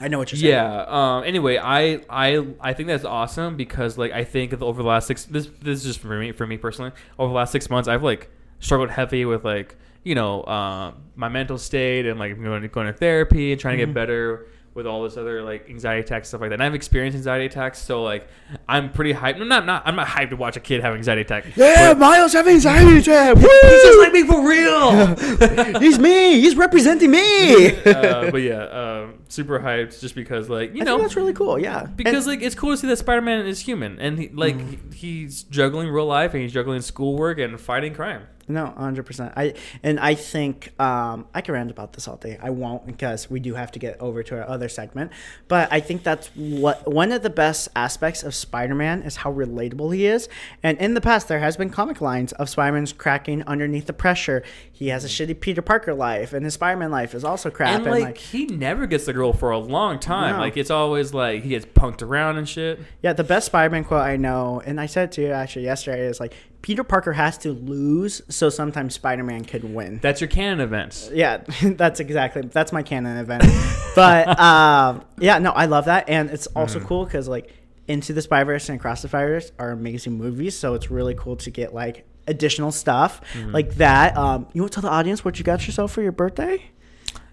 [SPEAKER 2] I know what you're saying.
[SPEAKER 1] Yeah. Um, anyway, I, I I think that's awesome because like I think of over the last six this this is just for me for me personally over the last six months I've like struggled heavy with um,
[SPEAKER 2] Mm-hmm.
[SPEAKER 1] like you know uh, my mental state and like going to, going to therapy and trying to get better with all this other like anxiety attacks stuff like that. And I've experienced anxiety attacks, so like I'm pretty hyped. I'm not not I'm not hyped to watch a kid have an anxiety attack.
[SPEAKER 2] Yeah,
[SPEAKER 1] but
[SPEAKER 2] Miles having anxiety attack.
[SPEAKER 1] he's just
[SPEAKER 2] Woo!
[SPEAKER 1] like me for real.
[SPEAKER 2] He's me. He's representing me.
[SPEAKER 1] uh, but yeah, um, super hyped just because like you
[SPEAKER 2] I
[SPEAKER 1] know
[SPEAKER 2] think that's really cool. Yeah,
[SPEAKER 1] because like it's cool to see that Spider-Man is human and he, like
[SPEAKER 2] Mm-hmm.
[SPEAKER 1] he- he's juggling real life and he's juggling schoolwork and fighting crime.
[SPEAKER 2] No, hundred percent. I and I think um, I can rant about this all day. I won't because we do have to get over to our other segment. But I think that's what one of the best aspects of Spider-Man is how relatable he is. And in the past, there has been comic lines of Spider-Man's cracking underneath the pressure. He has a shitty Peter Parker life, and his Spider-Man life is also crap.
[SPEAKER 1] And like, he never gets the girl for a long time.
[SPEAKER 2] No.
[SPEAKER 1] Like it's always like he gets punked around and shit.
[SPEAKER 2] Yeah, the best Spider-Man quote I know, and I said to you actually yesterday, is like Peter Parker has to lose, so sometimes Spider-Man can win.
[SPEAKER 1] That's your canon events.
[SPEAKER 2] Yeah, that's exactly that's my canon event. but um, yeah, no, I love that, and it's
[SPEAKER 1] Mm-hmm.
[SPEAKER 2] also cool because like Into the Spider Verse and Across the Spider Verse are amazing movies, so it's really cool to get like additional stuff
[SPEAKER 1] Mm-hmm.
[SPEAKER 2] like that. Um, you want to tell the audience what you got yourself for your birthday?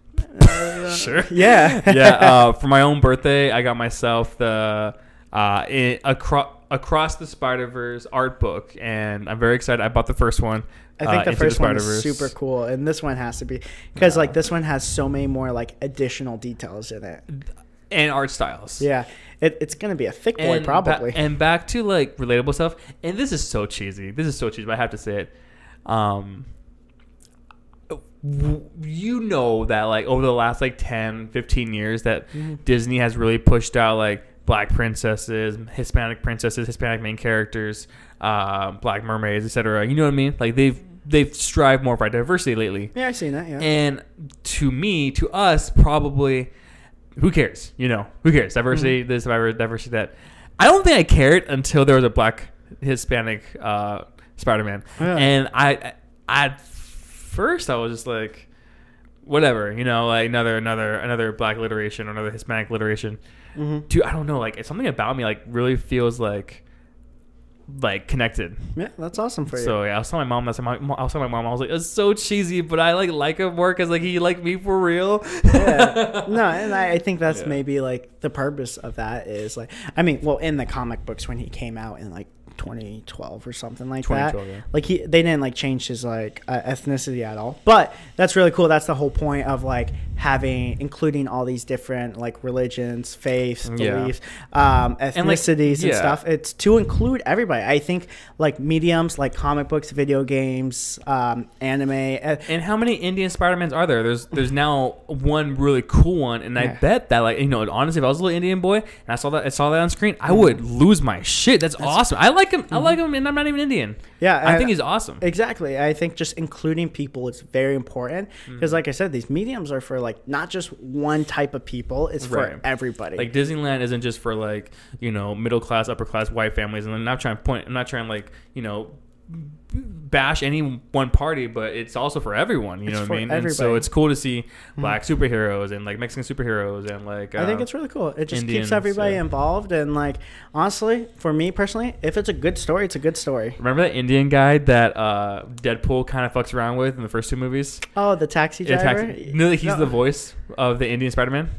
[SPEAKER 1] sure.
[SPEAKER 2] Yeah,
[SPEAKER 1] yeah. Uh, for my own birthday, I got myself the uh, in, across across the Spider Verse art book, and I'm very excited. I bought the first one.
[SPEAKER 2] I
[SPEAKER 1] uh,
[SPEAKER 2] think the
[SPEAKER 1] Into
[SPEAKER 2] first one is
[SPEAKER 1] Spider-Verse.
[SPEAKER 2] super cool, and this one has to be because like this one has so many more like additional details in it.
[SPEAKER 1] and art styles.
[SPEAKER 2] Yeah, it, it's gonna be a thick boy
[SPEAKER 1] ba-
[SPEAKER 2] probably.
[SPEAKER 1] and back to like relatable stuff. And this is so cheesy. This is so cheesy, but I have to say it. Um, w- you know that like over the last like 10, 15 years that
[SPEAKER 2] Mm-hmm.
[SPEAKER 1] Disney has really pushed out like black princesses, Hispanic princesses, Hispanic main characters, uh, black mermaids, etc. You know what I mean? Like they've they've strived more for diversity lately.
[SPEAKER 2] yeah, I've seen that. Yeah.
[SPEAKER 1] And to me, to us, probably, who cares? You know, who cares? Diversity,
[SPEAKER 2] Mm-hmm.
[SPEAKER 1] this, diver- diversity, that. I don't think I cared until there was a black Hispanic uh, Spider-Man,
[SPEAKER 2] Yeah.
[SPEAKER 1] and I, I, at first, I was just like, whatever, you know, like another, another, another black alliteration, another Hispanic alliteration.
[SPEAKER 2] Mhm.
[SPEAKER 1] Dude, I don't know, like it's something about me, like really feels like, like connected.
[SPEAKER 2] yeah, that's awesome for you.
[SPEAKER 1] So yeah, I was telling my mom. That's my. I was telling my mom. I was like, it's so cheesy, but I like like him more because like he like me for real.
[SPEAKER 2] yeah. No, and I, I think that's
[SPEAKER 1] Yeah.
[SPEAKER 2] maybe like the purpose of that is like I mean, well, in the comic books when he came out in like 2012 or something like that,
[SPEAKER 1] 2012, yeah.
[SPEAKER 2] like he they didn't like change his like uh, ethnicity at all. But that's really cool. That's the whole point of like having including all these different like religions, faiths,
[SPEAKER 1] Mm, Yeah.
[SPEAKER 2] beliefs, um,
[SPEAKER 1] And, like,
[SPEAKER 2] ethnicities and,
[SPEAKER 1] yeah.
[SPEAKER 2] stuff. It's to include everybody. I think like mediums like comic books, video games, um, anime. eh,
[SPEAKER 1] And how many Indian Spider-Mans are there? There's there's now one really cool one, and I
[SPEAKER 2] Yeah.
[SPEAKER 1] bet that like you know honestly, if I was a little Indian boy and I saw that I saw that on screen, I would lose my shit. That's, awesome. I like him. I like him, and I'm not even Indian.
[SPEAKER 2] Mm-hmm. Yeah,
[SPEAKER 1] I,
[SPEAKER 2] I-
[SPEAKER 1] think he's awesome.
[SPEAKER 2] Exactly. I think just including people is very important
[SPEAKER 1] Mm.
[SPEAKER 2] because, like I said, these mediums are for like not just one type of people; it's
[SPEAKER 1] Right.
[SPEAKER 2] for everybody.
[SPEAKER 1] like Disneyland isn't just for like you know middle class, upper class white families, and I'm not trying to point. I'm not trying to like you know b- bash any one party, but it's also for everyone. You
[SPEAKER 2] It's
[SPEAKER 1] know what
[SPEAKER 2] for
[SPEAKER 1] I mean? And so
[SPEAKER 2] everybody. Hmm.
[SPEAKER 1] it's cool to see black superheroes and like Mexican superheroes and like
[SPEAKER 2] I think
[SPEAKER 1] uh,
[SPEAKER 2] it's really cool. It just
[SPEAKER 1] Indians,
[SPEAKER 2] keeps everybody
[SPEAKER 1] yeah.
[SPEAKER 2] involved, and like honestly, for me personally, if it's a good story, it's a good story.
[SPEAKER 1] Remember that Indian guy that uh, Deadpool kind of fucks around with in the first two movies?
[SPEAKER 2] Oh, the taxi
[SPEAKER 1] It attacks-
[SPEAKER 2] driver.
[SPEAKER 1] no, he's
[SPEAKER 2] No.
[SPEAKER 1] the voice of the Indian Spider-Man.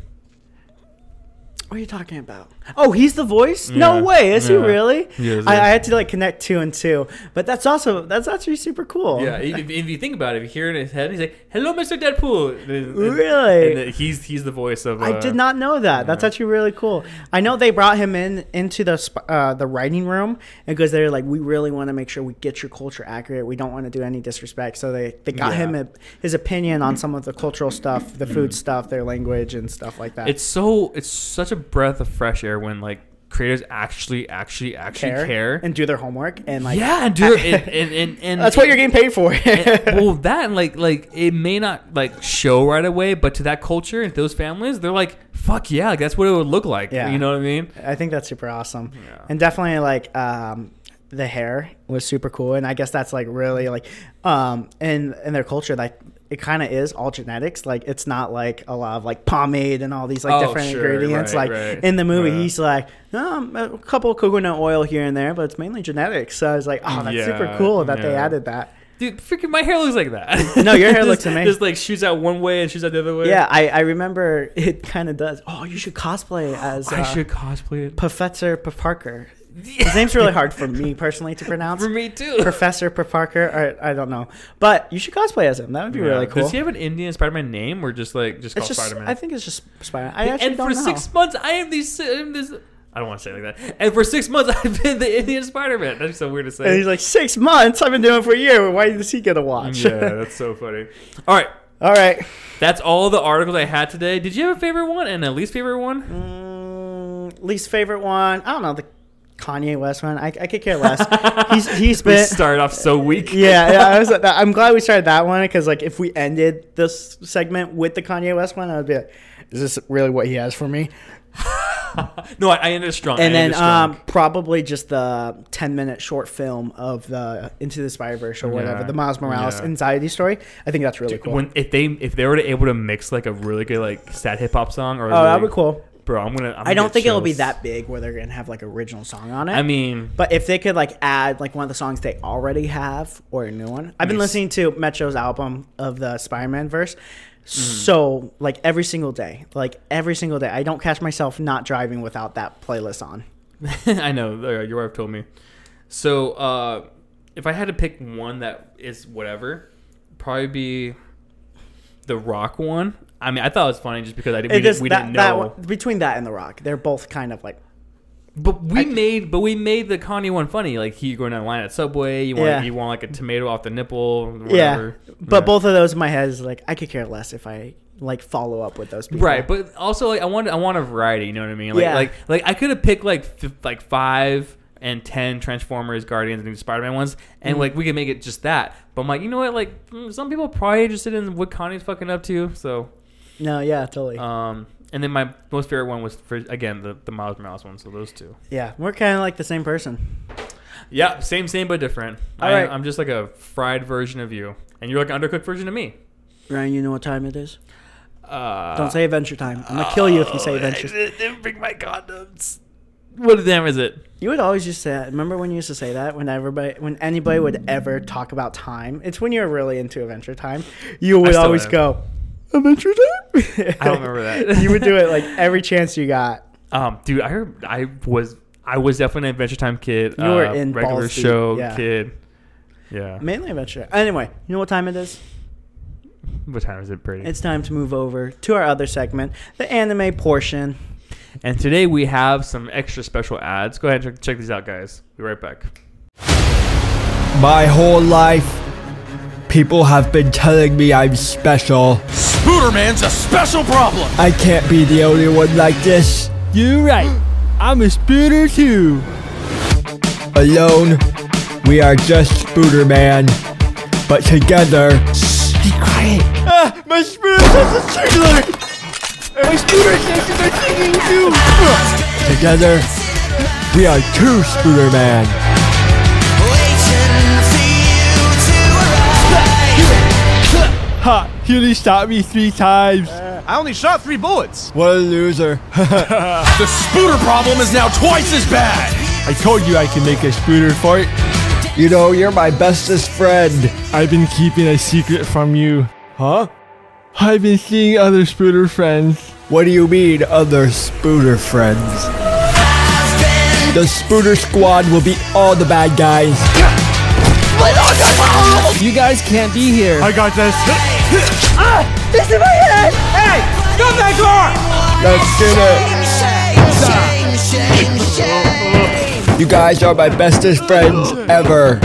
[SPEAKER 2] What are you talking about? Oh, he's the voice? No
[SPEAKER 1] Yeah.
[SPEAKER 2] way! Is
[SPEAKER 1] Yeah.
[SPEAKER 2] he really?
[SPEAKER 1] He is,
[SPEAKER 2] I,
[SPEAKER 1] yeah.
[SPEAKER 2] I had to like connect two and two, but that's also that's actually super cool.
[SPEAKER 1] Yeah, if, if- if you think about it, if you hear it in his head, he's like, "Hello, Mr. Deadpool." And- and-
[SPEAKER 2] Really?
[SPEAKER 1] and he's he's the voice of.
[SPEAKER 2] I
[SPEAKER 1] uh,
[SPEAKER 2] did not know that. That's
[SPEAKER 1] yeah.
[SPEAKER 2] actually really cool. I know they brought him in into the sp- uh, the writing room because they're like, we really want to make sure we get your culture accurate. We don't want to do any disrespect. So they, they got
[SPEAKER 1] Yeah.
[SPEAKER 2] him a, his opinion on some of the cultural stuff, the food stuff, their language and stuff like that.
[SPEAKER 1] it's so it's such a breath of fresh air when like creators actually actually actually care,
[SPEAKER 2] and do their homework and like
[SPEAKER 1] yeah dude and, and, and, and
[SPEAKER 2] that's what you're getting paid for.
[SPEAKER 1] and- well that and, like like it may not like show right away but to that culture and those families they're like fuck yeah like, that's what it would look like
[SPEAKER 2] Yeah.
[SPEAKER 1] you know what i mean
[SPEAKER 2] I think that's super awesome.
[SPEAKER 1] Yeah.
[SPEAKER 2] And definitely like um the hair was super cool and I guess that's like really like um in in their culture like it kind of is all genetics like it's not like a lot of like pomade and all these like
[SPEAKER 1] Oh,
[SPEAKER 2] different
[SPEAKER 1] sure,
[SPEAKER 2] ingredients
[SPEAKER 1] right,
[SPEAKER 2] like
[SPEAKER 1] right.
[SPEAKER 2] in the movie
[SPEAKER 1] Yeah.
[SPEAKER 2] he's like um, a couple of coconut oil here and there but it's mainly genetics so I was like oh that's super
[SPEAKER 1] Yeah,
[SPEAKER 2] cool that they
[SPEAKER 1] yeah.
[SPEAKER 2] added that
[SPEAKER 1] Dude, freaking my hair looks like that.
[SPEAKER 2] No, your hair
[SPEAKER 1] Just-
[SPEAKER 2] looks amazing.
[SPEAKER 1] Just like shoots out one way and shoots out the other way.
[SPEAKER 2] Yeah, I, I remember it kind of does. Oh, you should cosplay as
[SPEAKER 1] I
[SPEAKER 2] uh,
[SPEAKER 1] should cosplay it.
[SPEAKER 2] Professor P- Parker. His name's really hard for me personally to pronounce.
[SPEAKER 1] For me too.
[SPEAKER 2] Professor P- Parker, or, I don't know, but you should cosplay as him. That would be
[SPEAKER 1] Yeah.
[SPEAKER 2] really cool.
[SPEAKER 1] Does he have an Indian Spider-Man name or just like just
[SPEAKER 2] it's
[SPEAKER 1] called
[SPEAKER 2] just,
[SPEAKER 1] Spider-Man?
[SPEAKER 2] I think it's just Spider. I actually
[SPEAKER 1] and
[SPEAKER 2] don't
[SPEAKER 1] for
[SPEAKER 2] know.
[SPEAKER 1] six months, I am this. I am this. I don't want to say it like that. And for six months, I've been the Indian Spider-Man. That's so weird to
[SPEAKER 2] and
[SPEAKER 1] say.
[SPEAKER 2] he's like, six months. I've been doing it for a year. Why does he get a watch?
[SPEAKER 1] yeah, that's so funny. All right,
[SPEAKER 2] All right.
[SPEAKER 1] that's all the articles I had today. Did you have a favorite one and a least favorite one?
[SPEAKER 2] Mm, least favorite one. I don't know the Kanye West one. I, I could care less. he's he's
[SPEAKER 1] We
[SPEAKER 2] been.
[SPEAKER 1] started off so weak.
[SPEAKER 2] yeah, yeah. I was. I'm glad we started that one because, like, if we ended this segment with the Kanye West one, I would be like, "Is this really what he has for me?"
[SPEAKER 1] no, I, I ended strong.
[SPEAKER 2] And
[SPEAKER 1] I
[SPEAKER 2] then
[SPEAKER 1] ended strong.
[SPEAKER 2] um, probably just the 10 minute short film of the Into the Spider Verse or whatever,
[SPEAKER 1] Yeah,
[SPEAKER 2] the Miles Morales
[SPEAKER 1] yeah.
[SPEAKER 2] anxiety story. I think that's really cool.
[SPEAKER 1] when if they if they were able to mix like a really good like sad hip hop song or
[SPEAKER 2] oh, that'd
[SPEAKER 1] like-
[SPEAKER 2] be cool.
[SPEAKER 1] bro, I'm gonna. I'm
[SPEAKER 2] I
[SPEAKER 1] gonna
[SPEAKER 2] don't
[SPEAKER 1] get
[SPEAKER 2] think it'll be
[SPEAKER 1] chills.
[SPEAKER 2] that big where they're gonna have like original song on it.
[SPEAKER 1] I mean,
[SPEAKER 2] But if they could like add like one of the songs they already have or a new one, I've been
[SPEAKER 1] Nice.
[SPEAKER 2] listening to Metro's album of the Spider-Man verse.
[SPEAKER 1] Mm-hmm.
[SPEAKER 2] So like every single day, like every single day, I don't catch myself not driving without that playlist on.
[SPEAKER 1] I know uh, your wife told me. So uh, if I had to pick one that is whatever, probably be the rock one. I mean, I thought it was funny just because I didn't.
[SPEAKER 2] It
[SPEAKER 1] We,
[SPEAKER 2] is
[SPEAKER 1] didn't- we
[SPEAKER 2] that,
[SPEAKER 1] didn't
[SPEAKER 2] that
[SPEAKER 1] know,
[SPEAKER 2] one- between that and the Rock, they're both kind of like
[SPEAKER 1] but we made, but we made the Kanye one funny. Like he going down the line at Subway. You want,
[SPEAKER 2] Yeah.
[SPEAKER 1] you want like a tomato off the nipple. Whatever.
[SPEAKER 2] yeah. But both of those in my head is like I could care less if I like follow up with those people.
[SPEAKER 1] Right, but also like I want I want a variety. You know what I mean? Like
[SPEAKER 2] Yeah.
[SPEAKER 1] like like I could have picked like f- like five and ten Transformers, Guardians, and Spider Man ones, and
[SPEAKER 2] Mm-hmm.
[SPEAKER 1] like we could make it just that. But I'm like, you know what? Like mm, some people are probably interested in what Connie's fucking up to. So,
[SPEAKER 2] no, yeah, totally.
[SPEAKER 1] um, and then my most favorite one was for, again the the Miles Morales one. So those two.
[SPEAKER 2] yeah, we're kind of like the same person.
[SPEAKER 1] Yeah, same same but different.
[SPEAKER 2] All
[SPEAKER 1] I,
[SPEAKER 2] right.
[SPEAKER 1] I'm just like a fried version of you, and you're like an undercooked version of me.
[SPEAKER 2] Ryan, you know what time it is?
[SPEAKER 1] Uh,
[SPEAKER 2] Don't say adventure time. I'm gonna kill you if you say
[SPEAKER 1] oh,
[SPEAKER 2] adventure.
[SPEAKER 1] I didn't bring my condoms. What damn is it?
[SPEAKER 2] You would always just say that. Remember when you used to say that when everybody, when anybody would ever talk about time? It's when you're really into Adventure Time. You would
[SPEAKER 1] still
[SPEAKER 2] always
[SPEAKER 1] am.
[SPEAKER 2] go, Adventure Time.
[SPEAKER 1] I don't remember that.
[SPEAKER 2] you would do it like every chance you got.
[SPEAKER 1] Um, dude, I heard- I was I was definitely an Adventure Time kid. uh,
[SPEAKER 2] You were in
[SPEAKER 1] regular
[SPEAKER 2] balls deep,
[SPEAKER 1] show
[SPEAKER 2] yeah.
[SPEAKER 1] kid. Yeah.
[SPEAKER 2] Mainly Adventure. Anyway, you know what time it is?
[SPEAKER 1] What time is it, Brady?
[SPEAKER 2] It's time to move over to our other segment, the anime portion.
[SPEAKER 1] and today we have some extra special ads. Go ahead and check, check these out, guys. Be right back.
[SPEAKER 3] My whole life, people have been telling me I'm special.
[SPEAKER 4] Spooderman's a special problem.
[SPEAKER 3] I can't be the only one like this. You're right. I'm a spooter too. Alone, we are just Spooter Man. But together, be quiet. Ah, my spooter sense is tingling. And my spooter senses are tingling too. Ah. Together, we are two Spooter Man. Ha! He only shot me three times.
[SPEAKER 4] I only shot three bullets.
[SPEAKER 3] What a loser.
[SPEAKER 4] The spooder problem is now twice as bad.
[SPEAKER 3] I told you I can make a spooner fart. You know, you're my bestest friend.
[SPEAKER 5] I've been keeping a secret from you.
[SPEAKER 3] Huh?
[SPEAKER 5] I've been seeing other spooder friends.
[SPEAKER 3] What do you mean, other spooner friends? The spooner squad will beat all the bad guys. You guys can't be here.
[SPEAKER 5] I got this.
[SPEAKER 3] Ah, This is my head! Hey! Come back car! Let's do it! You guys are my bestest friends ever.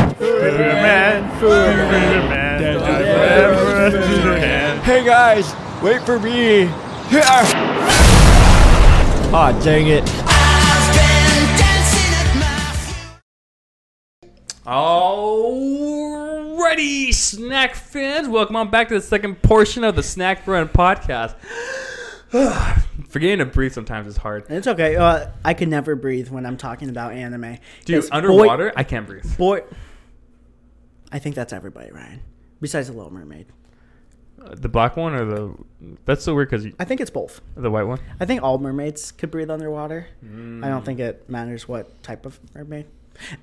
[SPEAKER 3] Hey guys, wait for me. Here. Ah, dang it.
[SPEAKER 1] Alrighty, snack fans, welcome on back to the second portion of the Snack Run podcast. Forgetting to breathe sometimes is hard.
[SPEAKER 2] It's okay. Uh, I can never breathe when I'm talking about anime.
[SPEAKER 1] Dude,
[SPEAKER 2] 'Cause boy-
[SPEAKER 1] underwater, I can't breathe.
[SPEAKER 2] Boy, I think that's everybody, Ryan. Besides the Little Mermaid,
[SPEAKER 1] The black one or the that's so weird because
[SPEAKER 2] I think it's both.
[SPEAKER 1] the white one.
[SPEAKER 2] I think all mermaids could breathe underwater. I don't think it matters what type of mermaid.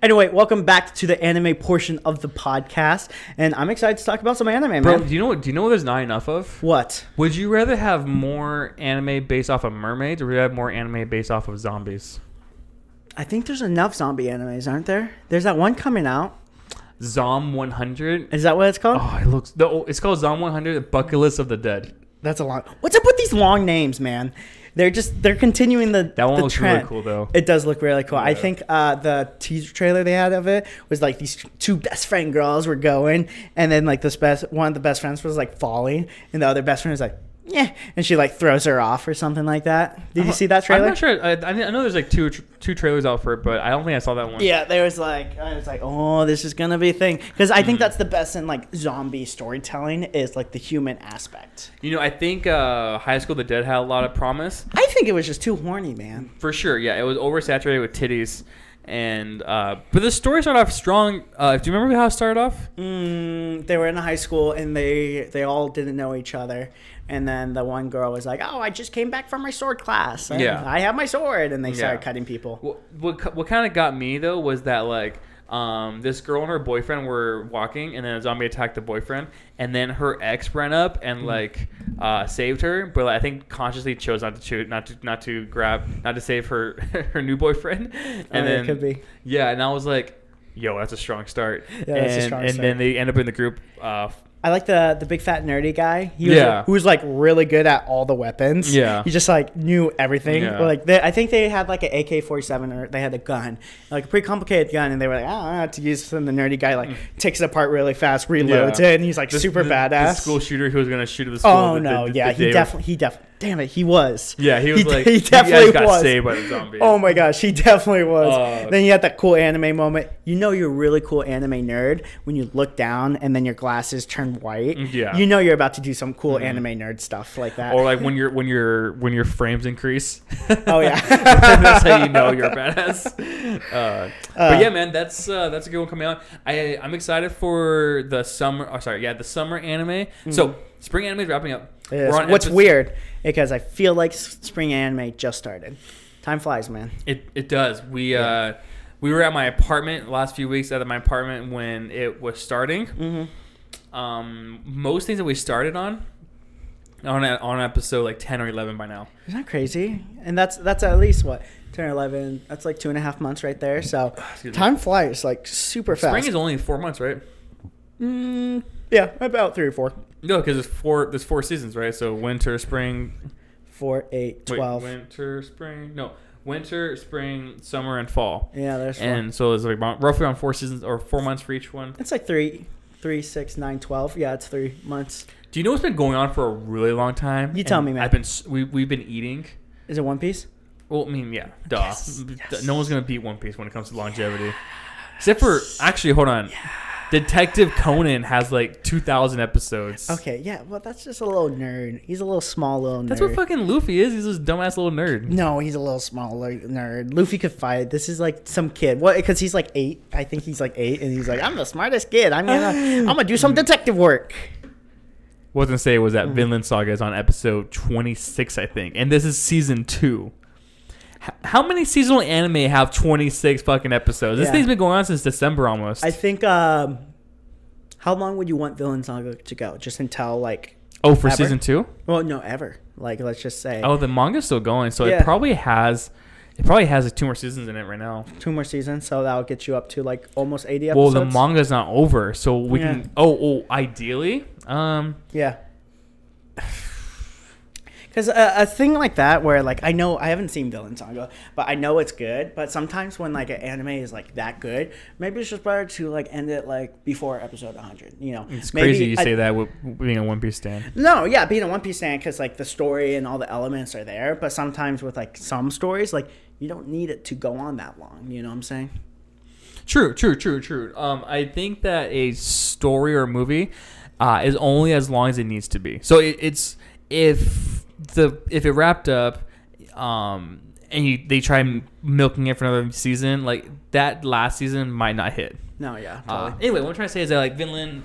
[SPEAKER 2] Anyway, welcome back to the anime portion of the podcast, and I'm excited to talk about some anime,
[SPEAKER 1] Bro,
[SPEAKER 2] man.
[SPEAKER 1] do you know what? Do you know what there's not enough of?
[SPEAKER 2] What?
[SPEAKER 1] Would you rather have more anime based off of mermaids, or would you have more anime based off of zombies?
[SPEAKER 2] I think there's enough zombie animes, aren't there? There's that one coming out.
[SPEAKER 1] Zom 100.
[SPEAKER 2] Is that what it's called?
[SPEAKER 1] Oh, it looks. The, oh, it's called Zom 100: The Bucket List of the Dead.
[SPEAKER 2] That's a long. What's up with these long names, man? They're just they're continuing the
[SPEAKER 1] That one
[SPEAKER 2] the
[SPEAKER 1] looks
[SPEAKER 2] trend.
[SPEAKER 1] really cool, though.
[SPEAKER 2] It does look really cool. I
[SPEAKER 1] Yeah.
[SPEAKER 2] think uh, the teaser trailer they had of it was like these two best friend girls were going, and then like this best one of the best friends was like falling, and the other best friend was like yeah, and she like throws her off or something like that. Did you see that trailer?
[SPEAKER 1] Uh-huh. I'm not sure. I, I mean, I know there's like two tr- two trailers out for it, but I don't think I saw that one.
[SPEAKER 2] Yeah, there was like I was like, oh, this is gonna be a thing because I
[SPEAKER 1] Mm-hmm.
[SPEAKER 2] think that's the best in like zombie storytelling is like the human aspect.
[SPEAKER 1] You know, I think uh, High School of the Dead had a lot of promise.
[SPEAKER 2] I think it was just too horny, man.
[SPEAKER 1] for sure. Yeah, it was oversaturated with titties, and uh, but the story started off strong. Uh, do you remember how it started off?
[SPEAKER 2] Mm, they were in high school and they they all didn't know each other. And then the one girl was like, "Oh, I just came back from my sword class. and
[SPEAKER 1] Yeah.
[SPEAKER 2] I have my sword." And they started
[SPEAKER 1] Yeah.
[SPEAKER 2] cutting people.
[SPEAKER 1] What what, ki- what kind of got me though was that like um, this girl and her boyfriend were walking, and then a zombie attacked the boyfriend, and then her ex ran up
[SPEAKER 2] Mm.
[SPEAKER 1] and like uh, saved her, but like, I think consciously chose not to shoot, not to not to grab, not to save her her new boyfriend, and
[SPEAKER 2] Oh, yeah, it
[SPEAKER 1] then
[SPEAKER 2] could be.
[SPEAKER 1] yeah, and I was like. Yo, that's a strong start.
[SPEAKER 2] Yeah,
[SPEAKER 1] and,
[SPEAKER 2] that's a strong
[SPEAKER 1] and
[SPEAKER 2] start.
[SPEAKER 1] then they end up in the group. Uh,
[SPEAKER 2] I like the the big fat nerdy guy. He was
[SPEAKER 1] Yeah.
[SPEAKER 2] who was like really good at all the weapons.
[SPEAKER 1] Yeah.
[SPEAKER 2] he just like knew everything.
[SPEAKER 1] Yeah.
[SPEAKER 2] Like they, I think they had like an AK forty seven or they had a gun, like a pretty complicated gun, and they were like, "Ah, "I don't know how to use." this." And the nerdy guy like takes it apart really fast, reloads
[SPEAKER 1] Mm. Yeah.
[SPEAKER 2] it, and he's like
[SPEAKER 1] the-
[SPEAKER 2] super
[SPEAKER 1] the- The
[SPEAKER 2] badass.
[SPEAKER 1] school shooter who was gonna shoot at the school.
[SPEAKER 2] Oh
[SPEAKER 1] the- the-
[SPEAKER 2] no!
[SPEAKER 1] the-
[SPEAKER 2] yeah,
[SPEAKER 1] the day
[SPEAKER 2] he
[SPEAKER 1] of-
[SPEAKER 2] definitely. He definitely. Damn it, he was.
[SPEAKER 1] Yeah, he was
[SPEAKER 2] de-
[SPEAKER 1] like
[SPEAKER 2] He
[SPEAKER 1] you
[SPEAKER 2] definitely
[SPEAKER 1] guys got
[SPEAKER 2] was.
[SPEAKER 1] saved by the zombies.
[SPEAKER 2] Oh my gosh, he definitely was.
[SPEAKER 1] Oh.
[SPEAKER 2] then you had that cool anime moment. You know, you're a really cool anime nerd when you look down and then your glasses turn white.
[SPEAKER 1] Yeah. Mm-hmm.
[SPEAKER 2] You know, you're about to do some cool anime nerd stuff like that.
[SPEAKER 1] Or like when your when your when your frames increase.
[SPEAKER 2] oh yeah.
[SPEAKER 1] that's how you know you're a badass. Uh, but yeah, man, that's uh, that's a good one coming out. I I'm excited for the summer. Oh, sorry, yeah, the summer anime. So spring anime is wrapping up.
[SPEAKER 2] Yes.
[SPEAKER 1] We're on
[SPEAKER 2] Mm-hmm. What's
[SPEAKER 1] episode-
[SPEAKER 2] weird because I feel like s- spring anime just started. Time flies, man.
[SPEAKER 1] It it does. We uh, we were at my apartment the last few weeks at my apartment when it was starting.
[SPEAKER 2] Mm-hmm.
[SPEAKER 1] Um, most things that we started on on a, on episode like ten or eleven by now.
[SPEAKER 2] Isn't that crazy? And that's that's at least what ten or eleven. That's like two and a half months right there. So
[SPEAKER 1] Excuse me.
[SPEAKER 2] time flies like super fast.
[SPEAKER 1] Spring is only four months, right?
[SPEAKER 2] Mm, yeah, about three or four.
[SPEAKER 1] No, because there's four there's four seasons, right? So winter, spring,
[SPEAKER 2] Four, eight,
[SPEAKER 1] wait,
[SPEAKER 2] twelve.
[SPEAKER 1] winter, spring. No, winter, spring, summer, and fall.
[SPEAKER 2] Yeah, there's four.
[SPEAKER 1] And so it's like about, roughly around four seasons or four months for each one.
[SPEAKER 2] it's like three, three, six, nine, twelve. Yeah, it's three months.
[SPEAKER 1] Do you know what's been going on for a really long time?
[SPEAKER 2] You tell
[SPEAKER 1] And
[SPEAKER 2] me, man.
[SPEAKER 1] I've been s- we we've been eating.
[SPEAKER 2] Is it One Piece?
[SPEAKER 1] Well, I mean, yeah, duh.
[SPEAKER 2] Yes,
[SPEAKER 1] D-
[SPEAKER 2] yes.
[SPEAKER 1] No one's gonna beat One Piece when it comes to longevity, except for actually. Hold on, Detective Conan has like two thousand episodes.
[SPEAKER 2] Okay, yeah. Well, that's just a little nerd. He's a little small little nerd.
[SPEAKER 1] that's what fucking Luffy is. He's this dumbass little nerd.
[SPEAKER 2] no, he's a little small li- nerd. Luffy could fight. This is like some kid. What? Because he's like eight. I think he's like eight, and he's like, I'm the smartest kid. I'm gonna, I'm gonna do
[SPEAKER 1] Hmm.
[SPEAKER 2] some detective work.
[SPEAKER 1] Wasn't to say was
[SPEAKER 2] Mm-hmm.
[SPEAKER 1] that Vinland Saga is on episode twenty six, I think, and this is season two. H- How many seasonal anime have 26 fucking episodes? This
[SPEAKER 2] Yeah.
[SPEAKER 1] thing's been going on since December almost.
[SPEAKER 2] I think. um How long would you want Villain Saga to go? Just until like,
[SPEAKER 1] oh, for
[SPEAKER 2] ever?
[SPEAKER 1] season two?
[SPEAKER 2] well, no, ever. Like, let's just say.
[SPEAKER 1] Oh, the manga's still going, so
[SPEAKER 2] Yeah.
[SPEAKER 1] it probably has it probably has like two more seasons in it right now.
[SPEAKER 2] two more seasons, so that'll get you up to like almost eighty
[SPEAKER 1] Well,
[SPEAKER 2] episodes.
[SPEAKER 1] the manga's not over, so we
[SPEAKER 2] Yeah.
[SPEAKER 1] can. Oh, oh, ideally, um,
[SPEAKER 2] yeah. Because a, a thing like that, where like I know I haven't seen Villain Saga, but I know it's good. But sometimes when like an anime is like that good, maybe it's just better to like end it like before episode one hundred. You know,
[SPEAKER 1] it's
[SPEAKER 2] Maybe
[SPEAKER 1] crazy you
[SPEAKER 2] I-
[SPEAKER 1] say that with with being a One Piece stan.
[SPEAKER 2] No, yeah, being a One Piece fan because like the story and all the elements are there. But sometimes with like some stories, like you don't need it to go on that long. You know what I'm saying?
[SPEAKER 1] True, true, true, true. Um, I think that a story or movie uh, is only as long as it needs to be. So it, it's if the if it wrapped up, um, and you, they try milking it for another season, like that last season might not hit.
[SPEAKER 2] No, yeah,
[SPEAKER 1] Uh,
[SPEAKER 2] totally.
[SPEAKER 1] anyway, what I'm trying to say is that like Vinland,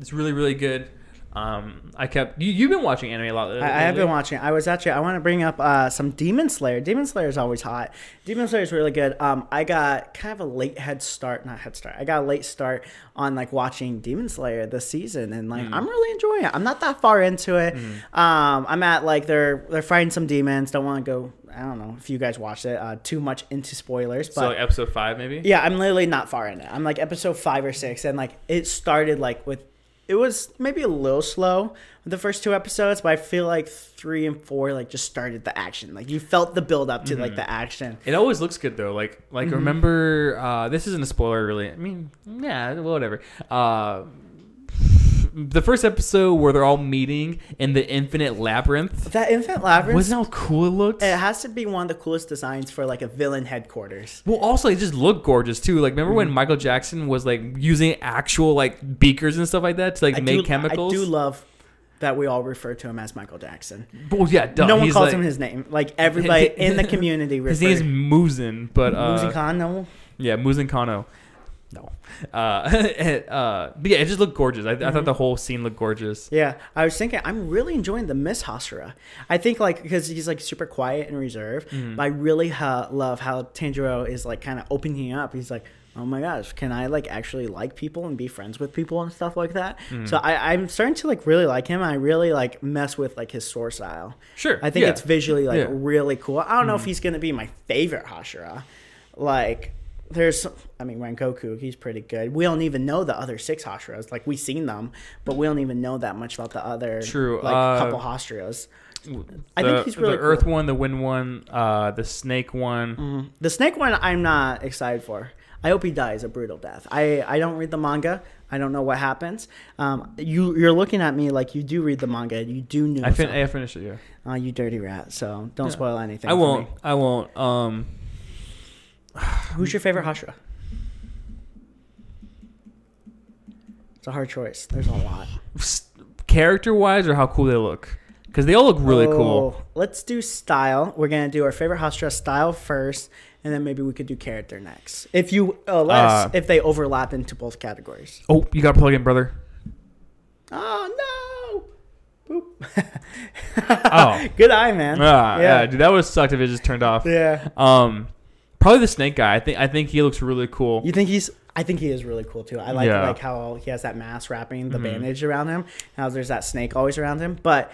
[SPEAKER 1] it's really really good. Um, I kept you. You've been watching anime a lot. uh,
[SPEAKER 2] I, I have been watching. I was actually. I want to bring up uh, some Demon Slayer. Demon Slayer is always hot. Demon Slayer is really good. Um, I got kind of a late head start, not head start. I got a late start on like watching Demon Slayer this season, and like I'm really enjoying it. I'm not that far into it. Um, I'm at like they're they're fighting some demons. Don't want to go. I don't know if you guys watched it. Uh, too much into spoilers, but
[SPEAKER 1] So like episode five, maybe.
[SPEAKER 2] yeah, I'm literally not far in it. I'm like episode five or six, and like it started like with it was maybe a little slow the first two episodes, but I feel like three and four like just started the action. Like you felt the build up to
[SPEAKER 1] Mm-hmm.
[SPEAKER 2] like the action.
[SPEAKER 1] It always looks good though. Like like
[SPEAKER 2] Mm-hmm.
[SPEAKER 1] remember uh this isn't a spoiler really. I mean, yeah, whatever. Uh the first episode where they're all meeting in the infinite labyrinth.
[SPEAKER 2] That infant labyrinth.
[SPEAKER 1] Wasn't that how cool it looked?
[SPEAKER 2] it has to be one of the coolest designs for like a villain headquarters.
[SPEAKER 1] Well, also it just looked gorgeous too. Like remember
[SPEAKER 2] Mm-hmm.
[SPEAKER 1] when Michael Jackson was like using actual like beakers and stuff like that to like
[SPEAKER 2] I
[SPEAKER 1] make
[SPEAKER 2] do,
[SPEAKER 1] chemicals?
[SPEAKER 2] I do love that we all refer to him as Michael Jackson.
[SPEAKER 1] Well, yeah, duh.
[SPEAKER 2] no one
[SPEAKER 1] He's,
[SPEAKER 2] calls
[SPEAKER 1] like-
[SPEAKER 2] him his name. Like everybody in the community refers.
[SPEAKER 1] His name is Muzin, but uh,
[SPEAKER 2] Muzi Khan, no?
[SPEAKER 1] Yeah, Muzin Kano. No. Uh, uh, but yeah, it just looked gorgeous. I, I
[SPEAKER 2] Mm-hmm.
[SPEAKER 1] thought the whole scene looked gorgeous.
[SPEAKER 2] Yeah, I was thinking I'm really enjoying the Miss Hasura. I think like because he's like super quiet and reserved,
[SPEAKER 1] Mm-hmm.
[SPEAKER 2] but I really ha- love how Tanjiro is like kind of opening up. He's like, oh my gosh, can I like actually like people and be friends with people and stuff like that?
[SPEAKER 1] Mm-hmm.
[SPEAKER 2] So I, I'm starting to like really like him. I really like mess with like his sword style.
[SPEAKER 1] Sure,
[SPEAKER 2] I think
[SPEAKER 1] yeah.
[SPEAKER 2] it's visually like
[SPEAKER 1] Yeah. Mm-hmm.
[SPEAKER 2] really cool. I don't know if he's gonna be my favorite Hashira. Like there's I mean Rengoku, he's pretty good. We don't even know the other six Hashiras. Like we've seen them, but we don't even know that much about the other
[SPEAKER 1] True,
[SPEAKER 2] like
[SPEAKER 1] uh,
[SPEAKER 2] couple Hashiras. I
[SPEAKER 1] The,
[SPEAKER 2] think he's really
[SPEAKER 1] the Earth
[SPEAKER 2] cool. Mm-hmm.
[SPEAKER 1] one, the Wind one, uh, the Snake one.
[SPEAKER 2] The snake one I'm not excited for. I hope he dies a brutal death. I, I don't read the manga. I don't know what happens. Um, you you're looking at me like you do read the manga. You do know.
[SPEAKER 1] I, fin-
[SPEAKER 2] something.
[SPEAKER 1] I finished it. Yeah,
[SPEAKER 2] Uh, you dirty rat. So don't spoil anything.
[SPEAKER 1] I
[SPEAKER 2] for
[SPEAKER 1] won't.
[SPEAKER 2] me.
[SPEAKER 1] I won't. Um,
[SPEAKER 2] Who's your favorite Hashira? It's a hard choice. There's a lot.
[SPEAKER 1] character wise, or how cool they look, because they all look really cool.
[SPEAKER 2] Oh, Let's do style. We're gonna do our favorite Hashira style first, and then maybe we could do character next. If you, unless
[SPEAKER 1] Uh.
[SPEAKER 2] if they overlap into both categories.
[SPEAKER 1] Oh, you got to plug in, brother.
[SPEAKER 2] Oh no!
[SPEAKER 1] Oh.
[SPEAKER 2] Boop. Good eye, man.
[SPEAKER 1] Ah, yeah.
[SPEAKER 2] yeah,
[SPEAKER 1] dude, that would have sucked if it just turned off.
[SPEAKER 2] yeah.
[SPEAKER 1] Um, probably the Snake guy. I think. I think he looks really cool.
[SPEAKER 2] You think he's? I think he is really cool too. I like
[SPEAKER 1] Yeah. Mm-hmm.
[SPEAKER 2] like how he has that mask wrapping the bandage around him. How there's that snake always around him, but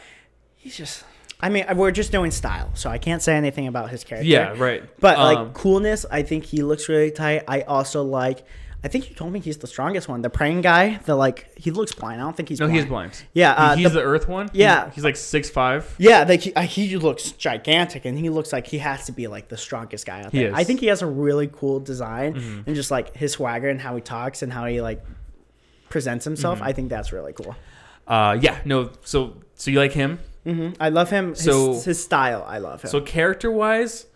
[SPEAKER 2] he's just. I mean, we're just doing style, so I can't say anything about his character.
[SPEAKER 1] Yeah, right.
[SPEAKER 2] But
[SPEAKER 1] Um,
[SPEAKER 2] like coolness, I think he looks really tight. I also like. I think you told me he's the strongest one. The praying guy. The like he looks blind. I don't think he's.
[SPEAKER 1] no,
[SPEAKER 2] blind.
[SPEAKER 1] he's blind.
[SPEAKER 2] Yeah,
[SPEAKER 1] He-
[SPEAKER 2] uh,
[SPEAKER 1] he's
[SPEAKER 2] the-
[SPEAKER 1] the, Earth one.
[SPEAKER 2] Yeah.
[SPEAKER 1] he's, he's like six five.
[SPEAKER 2] Yeah, like he, uh, he looks gigantic, and he looks like he has to be like the strongest guy out
[SPEAKER 1] He
[SPEAKER 2] there.
[SPEAKER 1] is. Mm-hmm.
[SPEAKER 2] I think he has a really cool design and just like his swagger and how he talks and how he like presents himself.
[SPEAKER 1] Mm-hmm.
[SPEAKER 2] I think that's really cool.
[SPEAKER 1] Uh, yeah, no. So, so you like him?
[SPEAKER 2] Mm-hmm. I love him. His,
[SPEAKER 1] So-
[SPEAKER 2] his style, I love him.
[SPEAKER 1] So character wise,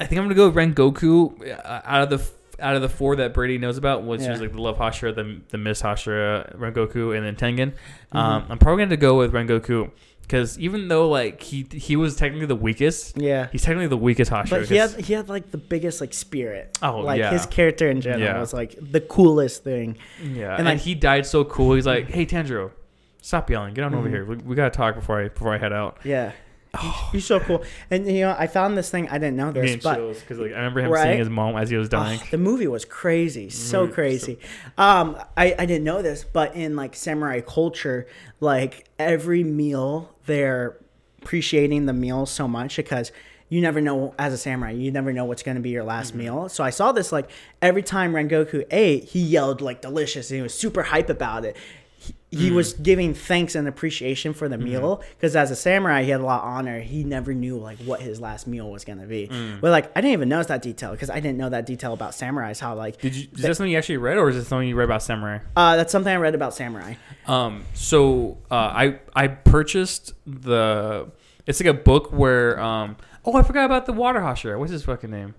[SPEAKER 1] I think I'm gonna go with Ren Goku. Uh, out of the f- out of the four that Brady knows about, which
[SPEAKER 2] Yeah.
[SPEAKER 1] is like the Love Hashira, the the Miss Hashira, Ren Goku, and then Tengen.
[SPEAKER 2] Mm-hmm.
[SPEAKER 1] Um, I'm probably gonna go with Ren Goku because even though like he he was technically the weakest,
[SPEAKER 2] Yeah.
[SPEAKER 1] he's technically the weakest Hashira.
[SPEAKER 2] but he
[SPEAKER 1] 'cause-
[SPEAKER 2] had he had like the biggest like spirit.
[SPEAKER 1] Oh,
[SPEAKER 2] like
[SPEAKER 1] yeah.
[SPEAKER 2] his character in general
[SPEAKER 1] Yeah.
[SPEAKER 2] was like the coolest thing.
[SPEAKER 1] yeah,
[SPEAKER 2] and
[SPEAKER 1] and,
[SPEAKER 2] I-
[SPEAKER 1] he died so cool. He's like, hey Tanjiro, stop yelling, get on
[SPEAKER 2] Mm-hmm.
[SPEAKER 1] over here. We, we gotta talk before I before I head out.
[SPEAKER 2] Yeah,
[SPEAKER 1] Oh.
[SPEAKER 2] he's so cool. And you know, I found this thing I didn't know this,
[SPEAKER 1] Getting
[SPEAKER 2] but
[SPEAKER 1] chills because like I remember him
[SPEAKER 2] Right?
[SPEAKER 1] seeing his mom as he was dying.
[SPEAKER 2] Oh, the movie was crazy, so crazy. Um, I, I didn't know this, but in like samurai culture, like every meal, they're appreciating the meal so much because you never know as a samurai, you never know what's going to be your last meal. So I saw this like every time Rengoku ate, he yelled like delicious and he was super hype about it. He, he
[SPEAKER 1] Mm.
[SPEAKER 2] was giving thanks and appreciation for the
[SPEAKER 1] Mm-hmm.
[SPEAKER 2] meal because as a samurai, he had a lot of honor. He never knew like what his last meal was going to be.
[SPEAKER 1] Mm.
[SPEAKER 2] But like, I didn't even notice that detail because I didn't know that detail about samurais. How like
[SPEAKER 1] Did you, is that something you actually read, or is it something you read about samurai?
[SPEAKER 2] uh, that's something I read about samurai.
[SPEAKER 1] Um, so uh, I I purchased the it's like a book where um oh I forgot about the water hosher. What's his fucking name?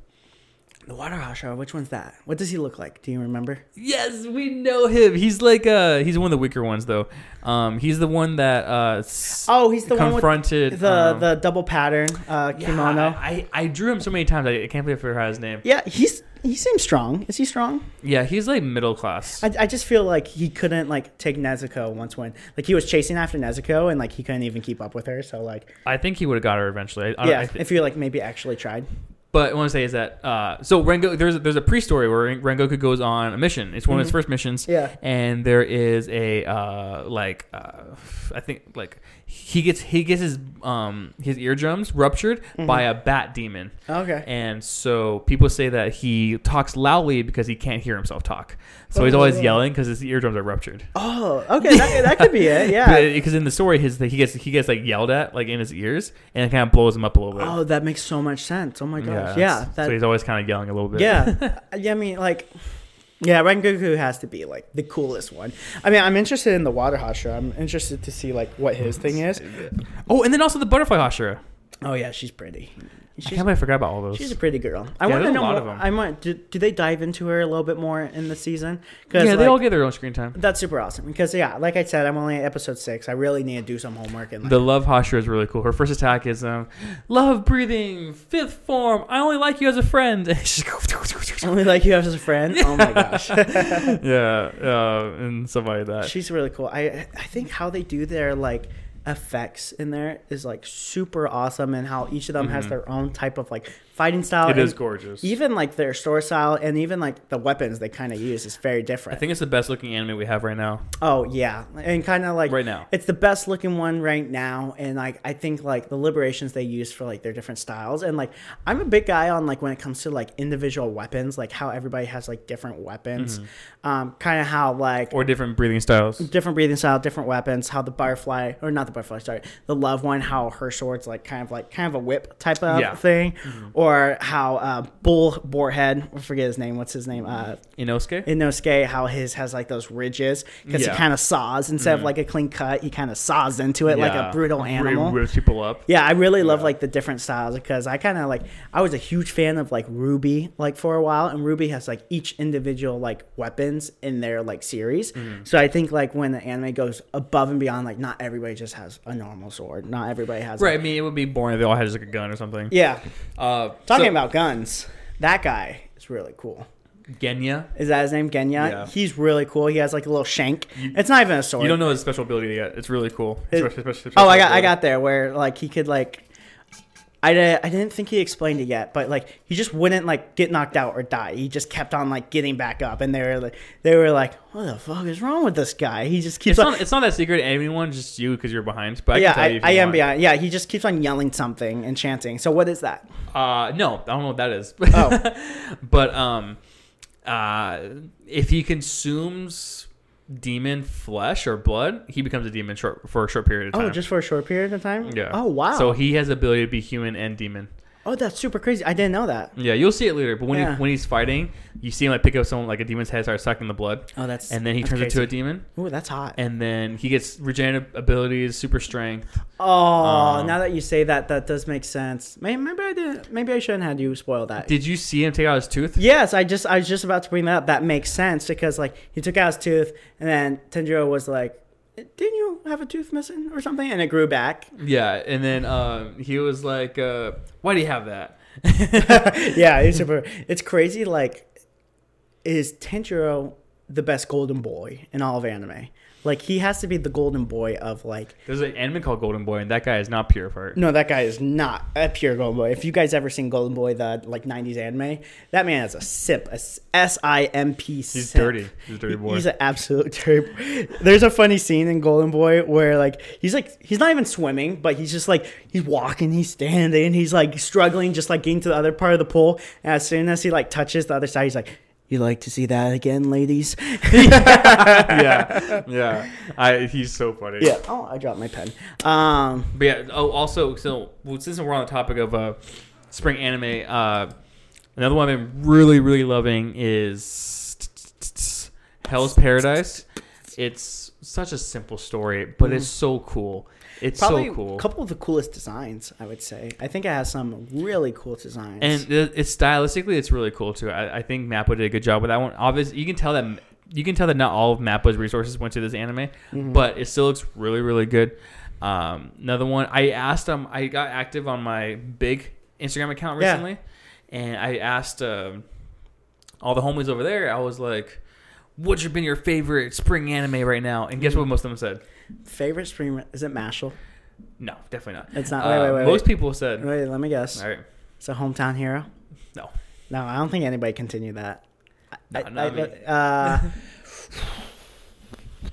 [SPEAKER 2] The water hashira. Which one's that? What does he look like? Do you remember?
[SPEAKER 1] Yes, we know him. He's like uh he's one of the weaker ones though. Um, he's the one that uh s-
[SPEAKER 2] Oh, he's the one
[SPEAKER 1] confronted
[SPEAKER 2] with the
[SPEAKER 1] um,
[SPEAKER 2] the double pattern uh,
[SPEAKER 1] yeah,
[SPEAKER 2] kimono.
[SPEAKER 1] I, I drew him so many times. I, I can't believe I forgot his name.
[SPEAKER 2] Yeah, he's he seems strong. Is he strong?
[SPEAKER 1] Yeah, he's like middle class.
[SPEAKER 2] I, I just feel like he couldn't like take Nezuko once when like he was chasing after Nezuko and like he couldn't even keep up with her. So like
[SPEAKER 1] I think he would have got her eventually. I, I,
[SPEAKER 2] yeah,
[SPEAKER 1] I thi-
[SPEAKER 2] if you like maybe actually tried.
[SPEAKER 1] But what I want to say is that uh, so Rengo there's there's a pre-story where Ren- Rengoku goes on a mission. It's one of his first missions.
[SPEAKER 2] Mm-hmm. Yeah.
[SPEAKER 1] And there is a uh, like uh, I think like he gets he gets his um his eardrums ruptured by a bat demon.
[SPEAKER 2] Mm-hmm. Okay.
[SPEAKER 1] And so people say that he talks loudly because he can't hear himself talk. So he's always yelling because his eardrums are ruptured.
[SPEAKER 2] Oh, okay, that, that could be it. Yeah.
[SPEAKER 1] Because in the story, his he gets he gets like yelled at like in his ears, and it kind of blows him up a little bit.
[SPEAKER 2] Oh, that makes so much sense. Oh my gosh.
[SPEAKER 1] that's-
[SPEAKER 2] Yeah. that,
[SPEAKER 1] so he's always kind of yelling a little bit.
[SPEAKER 2] Yeah. yeah, I mean, like, yeah, Rengoku has to be, like, the coolest one. I mean, I'm interested in the Water Hashira. I'm interested to see, like, what his thing is.
[SPEAKER 1] Oh, and then also the butterfly Hashira.
[SPEAKER 2] Oh, yeah, she's pretty.
[SPEAKER 1] I
[SPEAKER 2] She's,
[SPEAKER 1] can't believe I forgot about all those.
[SPEAKER 2] she's a pretty girl. I
[SPEAKER 1] Yeah,
[SPEAKER 2] want to
[SPEAKER 1] there's a
[SPEAKER 2] know.
[SPEAKER 1] lot
[SPEAKER 2] more-
[SPEAKER 1] of 'em.
[SPEAKER 2] I want. Do, do they dive into her a little bit more in the season?
[SPEAKER 1] yeah,
[SPEAKER 2] Cause,
[SPEAKER 1] they
[SPEAKER 2] like,
[SPEAKER 1] all get their own screen time.
[SPEAKER 2] That's super awesome because yeah, like I said, I'm only at episode six. I really need to do some homework and like,
[SPEAKER 1] The love Hashira is really cool. Her first attack is um, love breathing, fifth form. I only like you as a friend. And she's
[SPEAKER 2] only like you have as a friend. Oh my gosh,
[SPEAKER 1] yeah, uh, and stuff like that.
[SPEAKER 2] She's really cool. I I think how they do their like effects in there is like super awesome, and how each of them has their own type of like fighting style.
[SPEAKER 1] Mm-hmm. it is
[SPEAKER 2] and
[SPEAKER 1] gorgeous.
[SPEAKER 2] Even like their store style, and even like the weapons they kind of use is very different.
[SPEAKER 1] I think it's the best looking anime we have right now.
[SPEAKER 2] oh yeah, and kind of like
[SPEAKER 1] Right now.
[SPEAKER 2] it's the best looking one right now. And like I think like the liberations they use for like their different styles, and like I'm a big guy on like when it comes to like individual weapons, like how everybody has like different weapons,
[SPEAKER 1] Mm-hmm.
[SPEAKER 2] um, kind of how like
[SPEAKER 1] Or different breathing styles.
[SPEAKER 2] different breathing style, different weapons. How the butterfly, or not the butterfly, sorry, the love one. How her sword's like kind of like kind of a whip type of
[SPEAKER 1] Yeah. Mm-hmm.
[SPEAKER 2] thing, or how uh, bull boarhead. I forget his name. What's his name? Uh,
[SPEAKER 1] Inosuke?
[SPEAKER 2] Inosuke. How his has like those ridges because
[SPEAKER 1] Yeah. Mm-hmm.
[SPEAKER 2] he kind of saws instead of like a clean cut. He kind of saws into it like
[SPEAKER 1] Yeah.
[SPEAKER 2] a brutal
[SPEAKER 1] Really
[SPEAKER 2] animal.
[SPEAKER 1] rips people up.
[SPEAKER 2] Yeah, I really love like the different styles because I kind of like I was a huge fan of like Ruby like for a while, and Ruby has like each individual like weapons in their like series.
[SPEAKER 1] Mm-hmm.
[SPEAKER 2] So I think like when the anime goes above and beyond, like not everybody just has a normal sword. Not everybody has
[SPEAKER 1] Right, I mean, it would be boring if they all had just like a gun or something.
[SPEAKER 2] yeah,
[SPEAKER 1] Uh,
[SPEAKER 2] talking
[SPEAKER 1] so-
[SPEAKER 2] about guns, that guy is really cool.
[SPEAKER 1] Genya.
[SPEAKER 2] Is that his name, Genya?
[SPEAKER 1] Yeah.
[SPEAKER 2] He's really cool. He has like a little shank. it's not even a sword.
[SPEAKER 1] You don't know his special ability yet. It's really cool. His
[SPEAKER 2] It-
[SPEAKER 1] spe- spe- spe-
[SPEAKER 2] oh, I got
[SPEAKER 1] special
[SPEAKER 2] I got there where like he could like I, di- I didn't think he explained it yet, but like he just wouldn't like get knocked out or die. He just kept on like getting back up, and they were like they were like, what the fuck is wrong with this guy? He just keeps
[SPEAKER 1] It's
[SPEAKER 2] on.
[SPEAKER 1] not, it's not that secret to anyone, just you because you're behind. But I
[SPEAKER 2] yeah,
[SPEAKER 1] can tell you
[SPEAKER 2] I,
[SPEAKER 1] if you
[SPEAKER 2] I am
[SPEAKER 1] want.
[SPEAKER 2] beyond. Yeah, he just keeps on yelling something and chanting. So what is that?
[SPEAKER 1] Uh, no, I don't know what that is.
[SPEAKER 2] Oh.
[SPEAKER 1] but um, uh, if he consumes demon flesh or blood, he becomes a demon short, for a short period of time.
[SPEAKER 2] Oh, just for a short period of time.
[SPEAKER 1] yeah.
[SPEAKER 2] Oh wow.
[SPEAKER 1] So he has the ability to be human and demon.
[SPEAKER 2] oh, that's super crazy. I didn't know that.
[SPEAKER 1] Yeah, you'll see it later. But when
[SPEAKER 2] Yeah.
[SPEAKER 1] he, when he's fighting, you see him like pick up someone like a demon's head, start sucking the blood.
[SPEAKER 2] Oh, that's-
[SPEAKER 1] and then he
[SPEAKER 2] that's
[SPEAKER 1] turns into
[SPEAKER 2] crazy.
[SPEAKER 1] a demon.
[SPEAKER 2] Ooh, that's hot.
[SPEAKER 1] And then he gets regenerative abilities, super strength.
[SPEAKER 2] oh,
[SPEAKER 1] um,
[SPEAKER 2] now that you say that, that does make sense. May- Maybe I did. Maybe I shouldn't have you spoil that.
[SPEAKER 1] Did you see him take out his tooth?
[SPEAKER 2] Yes, I just I was just about to bring that up. That makes sense because like he took out his tooth, and then Tanjiro was like, "Didn't you have a tooth missing or something?" And it grew back.
[SPEAKER 1] Yeah, and then um, he was like, uh, "Why do you have that?"
[SPEAKER 2] yeah, it's super. It's crazy. Like, is Tanjiro the best golden boy in all of anime? Like he has to be the golden boy of like.
[SPEAKER 1] There's an anime called Golden Boy, and that guy is not pure of heart.
[SPEAKER 2] No, that guy is not a pure golden boy. If you guys ever seen Golden Boy, the like '90s anime, that man is a simp, a S I M P.
[SPEAKER 1] He's dirty. He's a dirty boy.
[SPEAKER 2] He's an absolute dirty. boy. There's a funny scene in Golden Boy where like he's like he's not even swimming, but he's just like he's walking, he's standing, he's like struggling, just like getting to the other part of the pool. And as soon as he like touches the other side, he's like, "You like to see that again, ladies?"
[SPEAKER 1] yeah, yeah. I, he's so funny.
[SPEAKER 2] yeah. Oh, I dropped my pen. Um.
[SPEAKER 1] But yeah. Oh, also, so well, since we're on the topic of uh, spring anime, uh, another one I've been really, really loving is Hell's Paradise. It's such a simple story, but it's so cool. It's
[SPEAKER 2] Mm. Probably
[SPEAKER 1] so cool.
[SPEAKER 2] a couple of the coolest designs, I would say. I think it has some really cool designs.
[SPEAKER 1] and it- it's stylistically it's really cool too. I, I think Mappa did a good job with that one. Obviously, you can tell that you can tell that not all of Mappa's resources went to this anime,
[SPEAKER 2] Mm-hmm.
[SPEAKER 1] but it still looks really really good. Um, another one I asked um I got active on my big Instagram account
[SPEAKER 2] Yeah.
[SPEAKER 1] recently, and I asked um all the homies over there, I was like, "What's been your favorite spring anime right now?" And
[SPEAKER 2] Mm-hmm.
[SPEAKER 1] guess what? Most of them said,
[SPEAKER 2] Favorite spring ra- is it Mashal?
[SPEAKER 1] "No, definitely not." Uh,
[SPEAKER 2] It's not- wait, wait, wait,
[SPEAKER 1] Most
[SPEAKER 2] wait.
[SPEAKER 1] people said,
[SPEAKER 2] Wait, let me guess.
[SPEAKER 1] "All right,
[SPEAKER 2] It's a hometown hero.
[SPEAKER 1] no,
[SPEAKER 2] No, I don't think anybody can continue that. I-
[SPEAKER 1] No,
[SPEAKER 2] I-
[SPEAKER 1] not
[SPEAKER 2] I-
[SPEAKER 1] me.
[SPEAKER 2] uh,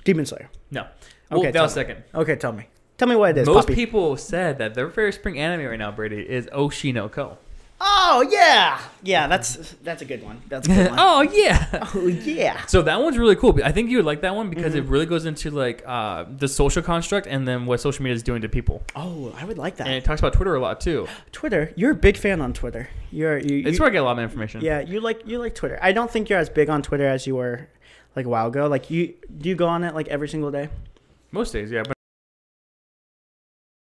[SPEAKER 2] Demon Slayer.
[SPEAKER 1] no." Well,
[SPEAKER 2] Okay,
[SPEAKER 1] that was
[SPEAKER 2] tell
[SPEAKER 1] second.
[SPEAKER 2] Okay, tell me. Tell me what it is.
[SPEAKER 1] Most
[SPEAKER 2] Poppy.
[SPEAKER 1] people said that their favorite spring anime right now, Brady, is Oshinoko.
[SPEAKER 2] Oh yeah, yeah. That's that's a good one. That's a good one.
[SPEAKER 1] Oh yeah.
[SPEAKER 2] oh yeah.
[SPEAKER 1] So that one's really cool. I think you would like that one because
[SPEAKER 2] Mm-hmm.
[SPEAKER 1] it really goes into like uh, the social construct and then what social media is doing to people.
[SPEAKER 2] Oh, I would like that.
[SPEAKER 1] And it talks about Twitter a lot too.
[SPEAKER 2] Twitter. You're a big fan on Twitter. You're you.
[SPEAKER 1] It's
[SPEAKER 2] you-
[SPEAKER 1] where I get a lot of information.
[SPEAKER 2] Yeah, you like you like Twitter. I don't think you're as big on Twitter as you were like a while ago. Like you do you go on it like every single day?
[SPEAKER 1] Most days, yeah. But